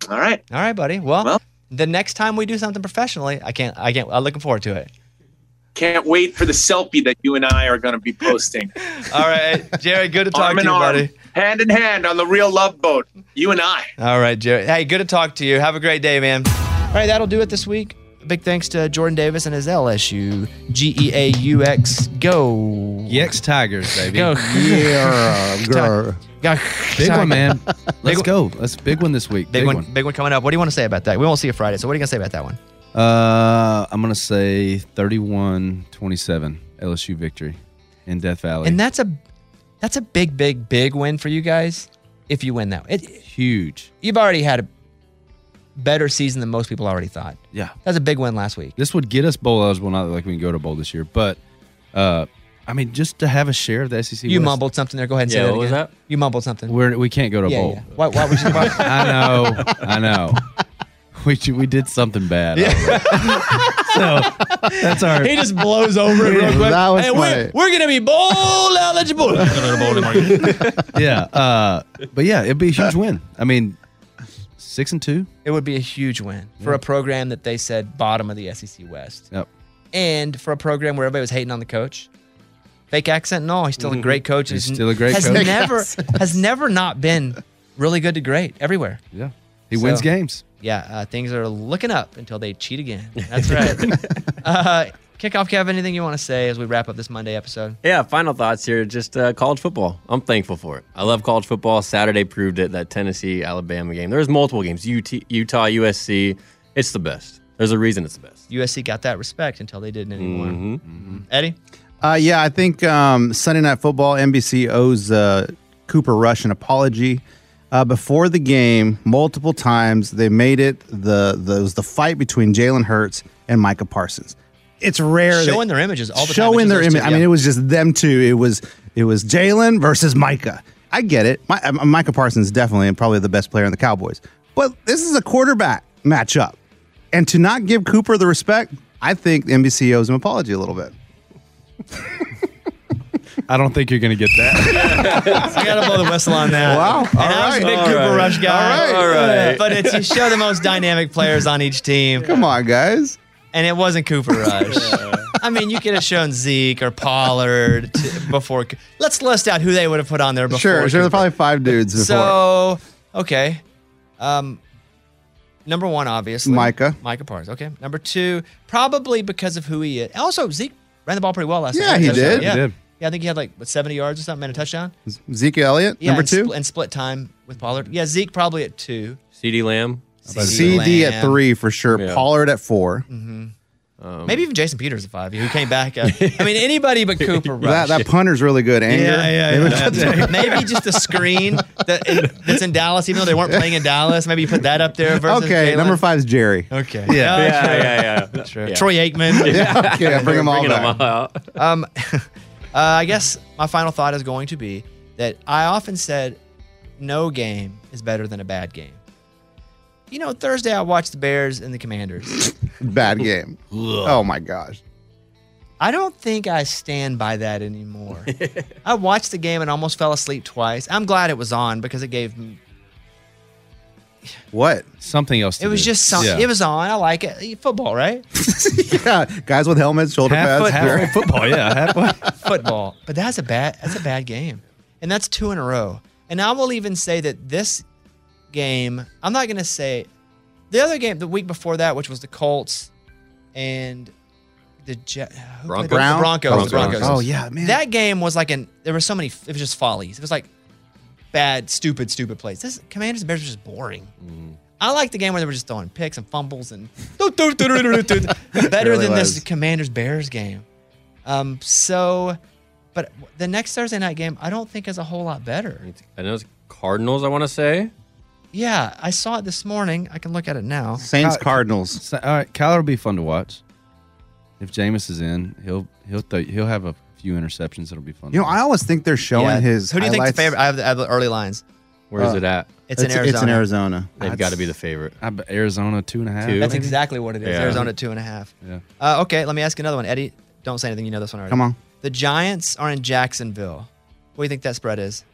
Speaker 5: All right.
Speaker 1: All right, buddy. Well,
Speaker 5: Well-
Speaker 1: the next time we do something professionally, I can't, I can't, I'm looking forward to it.
Speaker 5: Can't wait for the selfie that you and I are going to be posting.
Speaker 1: All right, Jerry, good to talk
Speaker 5: arm
Speaker 1: to
Speaker 5: in
Speaker 1: you,
Speaker 5: arm,
Speaker 1: buddy.
Speaker 5: hand in hand on the real love boat. You and I.
Speaker 1: All right, Jerry. Hey, good to talk to you. Have a great day, man. All right, that'll do it this week. Big thanks to Jordan Davis and his LSU G E A U X Go.
Speaker 4: Yex Tigers, baby.
Speaker 1: Go.
Speaker 2: Yeah, grr.
Speaker 1: Go.
Speaker 4: Big
Speaker 1: Sorry.
Speaker 4: one, man. Let's
Speaker 1: one.
Speaker 4: go. Let's big one this week.
Speaker 1: Big, one, Big one coming up. What do you want to say about that? We won't see you Friday. So what are you gonna say about that one?
Speaker 4: Uh, I'm gonna say 31-27 LSU victory in Death Valley.
Speaker 1: And that's a that's a big, big, big win for you guys if you win that. It,
Speaker 4: huge.
Speaker 1: you've already had a better season than most people already thought.
Speaker 4: Yeah.
Speaker 1: That's a big win last week.
Speaker 4: This would get us bowl eligible. Not like we can go to bowl this year, but uh, I mean, just to have a share of the SEC.
Speaker 1: You
Speaker 4: West,
Speaker 1: mumbled something there. Go ahead and say
Speaker 3: Yeah,
Speaker 1: that
Speaker 3: what was
Speaker 1: again.
Speaker 3: that?
Speaker 1: You mumbled something.
Speaker 4: We're, we can't go to
Speaker 1: yeah,
Speaker 4: bowl.
Speaker 1: yeah. Why, why would you? Why,
Speaker 4: I know. I know. We ju- we did something bad. so that's our.
Speaker 1: He just blows over it real quick.
Speaker 2: That was
Speaker 1: hey,
Speaker 2: funny.
Speaker 1: we're, we're gonna be bowl eligible.
Speaker 4: yeah. Uh, but yeah, it'd be a huge win. I mean, six and two.
Speaker 1: it would be a huge win for a program that they said bottom of the SEC West,
Speaker 4: Yep.
Speaker 1: and for a program where everybody was hating on the coach. Fake accent and all, he's still a great coach.
Speaker 4: Mm-hmm. He's still a great
Speaker 1: has
Speaker 4: coach.
Speaker 1: Never, has never not been really good to great everywhere.
Speaker 4: Yeah. He wins
Speaker 1: So-
Speaker 4: games.
Speaker 1: Yeah, uh, things are looking up until they cheat again. That's right. uh, Kickoff, Kev, anything you want to say as we wrap up this Monday episode?
Speaker 3: Yeah, final thoughts here. Just uh, college football. I'm thankful for it. I love college football. Saturday proved it. That Tennessee Alabama game. There's multiple games. UT, Utah, USC. It's the best. There's a reason it's the best.
Speaker 1: USC got that respect until they didn't anymore.
Speaker 4: Mm-hmm.
Speaker 1: Eddie?
Speaker 2: Uh, yeah, I think um, Sunday Night Football, NBC owes uh, Cooper Rush an apology. Uh, before the game, multiple times they made it the, the it was the fight between Jalen Hurts and Micah Parsons. It's rare that-
Speaker 1: Showing their images all the time.
Speaker 2: showing
Speaker 1: It's
Speaker 2: their
Speaker 1: just
Speaker 2: image.
Speaker 1: those two,
Speaker 2: I mean,
Speaker 1: yeah.
Speaker 2: it was just them two. It was it was Jalen versus Micah. I get it. My, uh, Micah Parsons definitely and probably the best player in the Cowboys. But this is a quarterback. matchup. And to not give Cooper the respect, I think NBC owes him an apology a little bit.
Speaker 4: I don't think you're going to get that.
Speaker 1: I got to blow the whistle on that.
Speaker 2: Wow.
Speaker 1: And I was a
Speaker 2: All
Speaker 1: big
Speaker 2: right.
Speaker 1: Cooper
Speaker 3: All right.
Speaker 1: Rush guy.
Speaker 2: All right.
Speaker 3: All right.
Speaker 1: But it's you show the most dynamic players on each team.
Speaker 2: Come on, guys.
Speaker 1: and it wasn't Cooper Rush. I mean, you could have shown Zeke or Pollard to, before. Coo- Let's list out who they would have put on there before.
Speaker 2: Sure, sure. There's
Speaker 1: Cooper.
Speaker 2: probably five dudes before.
Speaker 1: So okay, um, number one obviously
Speaker 2: Micah.
Speaker 1: Micah Parsons. Okay, number two probably because of who he is. Also, Zeke ran the ball pretty well last night.
Speaker 2: Yeah,
Speaker 1: Had a
Speaker 2: he
Speaker 1: touchdown.
Speaker 2: did. He
Speaker 1: Yeah.
Speaker 4: did.
Speaker 1: Yeah, I think he had like what, 70 yards or something and a touchdown.
Speaker 2: Zeke Elliott,
Speaker 1: Yeah,
Speaker 2: number
Speaker 1: and
Speaker 2: two.
Speaker 1: spl- and split time with Pollard. Yeah, Zeke probably at two.
Speaker 3: CD Lamb.
Speaker 2: CD at
Speaker 1: Lamb.
Speaker 2: three for sure.
Speaker 3: Yeah.
Speaker 2: Pollard at four. Um,
Speaker 1: Maybe even Jason Peters at five. Who came back? Uh, I mean, anybody but Cooper Rush.
Speaker 2: That, that punter's really good. Anger.
Speaker 1: Yeah, yeah, yeah. Maybe just the screen that that's in Dallas, even though they weren't playing in Dallas. Maybe you put that up there versus
Speaker 2: Okay,
Speaker 1: Jalen.
Speaker 2: number five is Jerry.
Speaker 1: Okay.
Speaker 4: Yeah.
Speaker 3: Yeah, yeah, yeah.
Speaker 1: Sure. Troy Aikman.
Speaker 2: Yeah, okay, I bring them all
Speaker 3: Bringing
Speaker 2: back.
Speaker 3: them out.
Speaker 1: Um, uh, I guess my final thought is going to be that I often said no game is better than a bad game. You know, Thursday I watched the Bears and the Commanders.
Speaker 2: Bad game. oh my gosh.
Speaker 1: I don't think I stand by that anymore. I watched the game and almost fell asleep twice. I'm glad it was on because it gave me
Speaker 2: What?
Speaker 4: Something else. To
Speaker 1: It was
Speaker 4: do.
Speaker 1: just some,
Speaker 4: Yeah.
Speaker 1: it was on. I like it. Football, right?
Speaker 2: yeah, guys with helmets, shoulder
Speaker 4: half foot,
Speaker 2: pads.
Speaker 4: halfway football. Yeah, halfway.
Speaker 1: Football. But that's a bad that's a bad game. And that's two in a row. And I will even say that this game, I'm not gonna say the other game the week before that, which was the Colts and the Jet who played the-
Speaker 2: Brown?
Speaker 1: The Broncos.
Speaker 2: Oh,
Speaker 1: the Broncos.
Speaker 2: Oh yeah, man.
Speaker 1: That game was like an there were so many it was just follies. It was like bad, stupid, stupid plays. This Commanders and Bears was just boring. I like the game where they were just throwing picks and fumbles and better than this
Speaker 2: was.
Speaker 1: Commanders Bears game. Um, so, but the next Thursday night game, I don't think is a whole lot better.
Speaker 3: I know it's Cardinals, I want to say.
Speaker 1: Yeah, I saw it this morning. I can look at it now.
Speaker 2: Saints Cardinals.
Speaker 4: So, all right, Kyler will be fun to watch. If Jameis is in, he'll he'll th- he'll have a few interceptions. It'll be fun.
Speaker 2: You know,
Speaker 4: to
Speaker 2: I always think they're showing
Speaker 1: Yeah.
Speaker 2: his.
Speaker 1: Who do you think the
Speaker 2: highlights.
Speaker 1: favorite? I have the, I have the early lines.
Speaker 3: Where is
Speaker 2: Uh,
Speaker 3: it at?
Speaker 1: It's, in Arizona.
Speaker 2: It's in Arizona.
Speaker 3: They've got to be the favorite.
Speaker 4: watch. I, Arizona two and a half.
Speaker 3: Two?
Speaker 1: That's exactly what it is.
Speaker 3: Yeah.
Speaker 1: Arizona two and a half.
Speaker 4: Yeah.
Speaker 1: Uh, okay, let me ask you another one, Eddie. Don't say anything. You know this one already.
Speaker 2: Come on.
Speaker 1: The Giants are in Jacksonville. What do you think that spread is?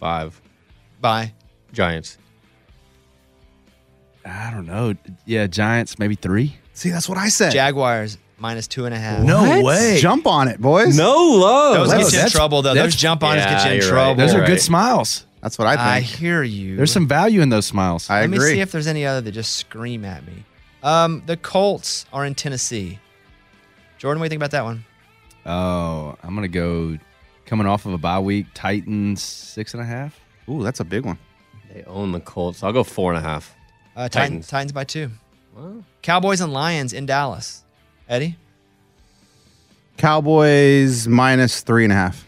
Speaker 3: Five.
Speaker 1: Bye.
Speaker 3: Giants.
Speaker 4: I don't know. Yeah, Giants maybe three.
Speaker 2: See, that's what I said.
Speaker 1: Jaguars minus two and a half.
Speaker 4: No
Speaker 2: What?
Speaker 4: way.
Speaker 2: Jump on it, boys.
Speaker 3: No love.
Speaker 1: Those
Speaker 4: Wow,
Speaker 1: get you in
Speaker 4: that's-
Speaker 1: trouble though. Those
Speaker 4: that's-
Speaker 1: jump on us
Speaker 3: Yeah,
Speaker 1: get you in
Speaker 3: you're
Speaker 1: trouble.
Speaker 3: right.
Speaker 4: Those are
Speaker 3: Alright.
Speaker 4: good smiles.
Speaker 2: That's what I
Speaker 1: I
Speaker 2: think.
Speaker 1: hear you.
Speaker 4: There's some value in those smiles.
Speaker 2: I,
Speaker 1: Let me
Speaker 2: agree.
Speaker 1: see if there's any other that just scream at me. Um, the Colts are in Tennessee. Jordan, what do you think about that one?
Speaker 4: oh, I'm gonna go. Coming off of a bye week, Titans six and a half.
Speaker 2: Ooh, that's a big one.
Speaker 3: They own the Colts. I'll go four and a half.
Speaker 1: Uh, Titans.
Speaker 3: Titans.
Speaker 1: Titans by two.
Speaker 3: Well,
Speaker 1: Cowboys and Lions in Dallas. Eddie,
Speaker 2: Cowboys minus three and a half.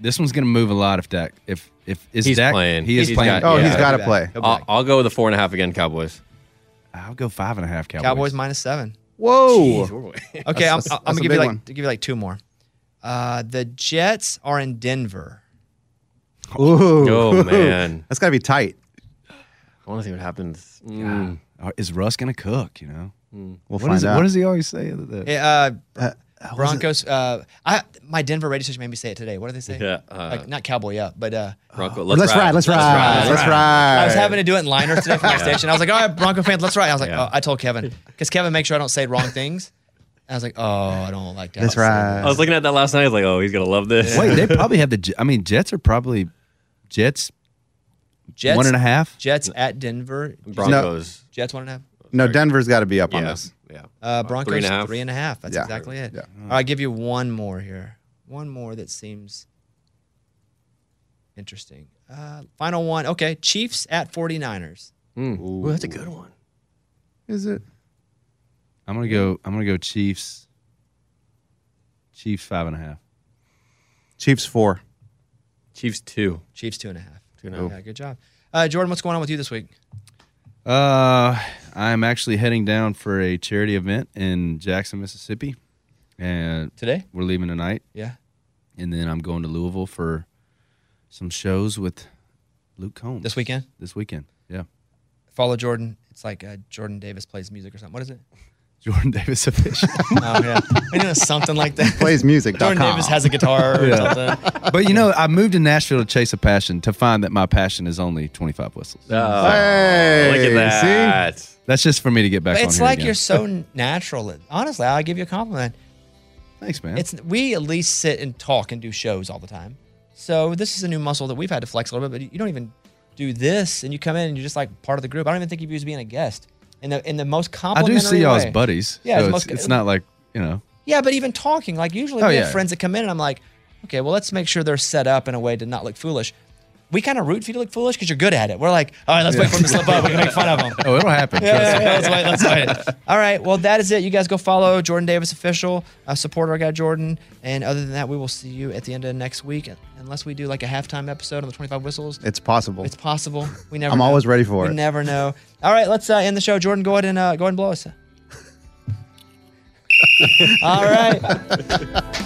Speaker 4: This one's gonna move a lot if Dak if if is
Speaker 3: He's
Speaker 4: Dak
Speaker 3: playing.
Speaker 4: he is
Speaker 3: He's
Speaker 4: playing.
Speaker 3: got-
Speaker 2: Oh,
Speaker 3: Yeah.
Speaker 2: he's got to
Speaker 1: Back.
Speaker 2: play.
Speaker 1: Go
Speaker 3: I'll,
Speaker 1: back.
Speaker 3: I'll go with the four and a half again, Cowboys.
Speaker 4: I'll go five and a half. Cowboys.
Speaker 1: Cowboys minus seven.
Speaker 2: Whoa.
Speaker 1: Okay, I'm,
Speaker 2: that's-
Speaker 1: I'm
Speaker 2: that's
Speaker 1: gonna
Speaker 2: a
Speaker 1: give you
Speaker 2: big
Speaker 1: like
Speaker 2: one.
Speaker 1: give you like two more. Uh, the Jets are in Denver.
Speaker 2: Ooh.
Speaker 3: Oh, man.
Speaker 2: That's got to be tight.
Speaker 3: I want to see what happens. Mm.
Speaker 4: Uh, Is Russ gonna cook? You know.
Speaker 2: We'll
Speaker 4: What
Speaker 2: find
Speaker 4: is it?
Speaker 2: out.
Speaker 4: What does he always say? That- that-
Speaker 1: Eh, Uh,
Speaker 2: Uh, what is it?
Speaker 1: Broncos. Uh, I my Denver radio station made me say it today. What did they say?
Speaker 3: Yeah, uh,
Speaker 1: like not cowboy up, but uh,
Speaker 3: Bronco,
Speaker 2: Let's, ride. Let's ride. Let's ride.
Speaker 1: I was having to do it in liners today for my station. I was like, all right, Bronco fans, let's ride. I was like,
Speaker 3: Yeah.
Speaker 1: oh, I told Kevin because Kevin makes sure I don't say wrong things. I was like, oh, I don't like that.
Speaker 2: Let's
Speaker 1: I'll say
Speaker 2: ride.
Speaker 3: I was looking at that last night. I was like, oh, he's going to love this.
Speaker 4: Wait, they probably have the. J- I mean, Jets are probably Jets,
Speaker 1: that. Jets,
Speaker 4: one and a half.
Speaker 1: Jets at Denver.
Speaker 3: Broncos.
Speaker 1: Jets one and a half.
Speaker 2: No, Denver's got to be up on
Speaker 3: Yeah.
Speaker 2: this.
Speaker 3: yeah.
Speaker 1: Uh, Broncos
Speaker 3: Three and a half.
Speaker 1: Three and a half. That's
Speaker 2: Yeah.
Speaker 1: exactly it.
Speaker 2: Yeah.
Speaker 1: All right, I'll give you one more here. One more that seems interesting. Uh, final one. Okay, Chiefs at 49ers.
Speaker 3: Hmm. Ooh, that's a good one.
Speaker 2: Is it?
Speaker 4: I'm gonna go. I'm gonna go Chiefs. Chiefs five and a half.
Speaker 2: Chiefs four.
Speaker 3: Chiefs two.
Speaker 1: Chiefs two and a half. Two
Speaker 3: and a half.
Speaker 1: Yeah, good job. Uh, Jordan, what's going on with you this week?
Speaker 4: Uh, I'm actually heading down for a charity event in Jackson, Mississippi, and
Speaker 1: Today?
Speaker 4: we're leaving tonight,
Speaker 1: Yeah.
Speaker 4: and then I'm going to Louisville for some shows with Luke Combs
Speaker 1: This weekend?
Speaker 4: This weekend, yeah.
Speaker 1: Follow Jordan. It's like uh, Jordan Davis plays music or something. What is it?
Speaker 4: Jordan Davis official.
Speaker 1: Oh yeah, anyway, something like that.
Speaker 2: Playsmusic.com.
Speaker 1: Jordan Davis has a guitar or
Speaker 4: Yeah.
Speaker 1: something.
Speaker 4: but you know, I moved to Nashville to chase a passion to find that my passion is only 25 whistles.
Speaker 2: Hey,
Speaker 3: look at
Speaker 2: see?
Speaker 3: that.
Speaker 4: That's just for me to get back
Speaker 1: But
Speaker 4: on
Speaker 1: it's
Speaker 4: here
Speaker 1: like
Speaker 4: again.
Speaker 1: you're so natural. Honestly, I'll give you a compliment.
Speaker 4: Thanks, man.
Speaker 1: It's we at least sit and talk and do shows all the time. So this is a new muscle that we've had to flex a little bit. But you don't even do this, and you come in and you're just like part of the group. I don't even think you view as being a guest. In the in the most
Speaker 4: I
Speaker 1: complimentary
Speaker 4: do see y'all as
Speaker 1: way.
Speaker 4: buddies.
Speaker 1: Yeah,
Speaker 4: so
Speaker 1: it's
Speaker 4: it's,
Speaker 1: most-
Speaker 4: it's not like, you know,
Speaker 1: Yeah, but even talking, like usually
Speaker 4: Oh,
Speaker 1: we
Speaker 4: yeah.
Speaker 1: have friends that come in and I'm like, okay, well, let's make sure they're set up in a way to not look foolish. We kind of root for you to look foolish because you're good at it. We're like, all right, let's wait for them to slip up. We can make fun of them.
Speaker 4: oh, it'll happen.
Speaker 1: Yeah,
Speaker 4: Trust
Speaker 1: yeah,
Speaker 4: me.
Speaker 1: yeah, let's wait, let's wait. All right, well, that is it. You guys go follow Jordan Davis Official, uh, support our guy Jordan. And other than that, we will see you at the end of next week, unless we do like a halftime episode on the 25 Whistles.
Speaker 2: It's possible.
Speaker 1: It's possible. We never.
Speaker 2: I'm
Speaker 1: know.
Speaker 2: always ready for
Speaker 1: We
Speaker 2: it.
Speaker 1: never know. All right, let's uh, end the show. Jordan, go ahead and uh, go ahead and blow us. All right.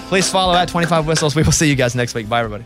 Speaker 1: Please follow at 25 Whistles. We will see you guys next week. Bye, everybody.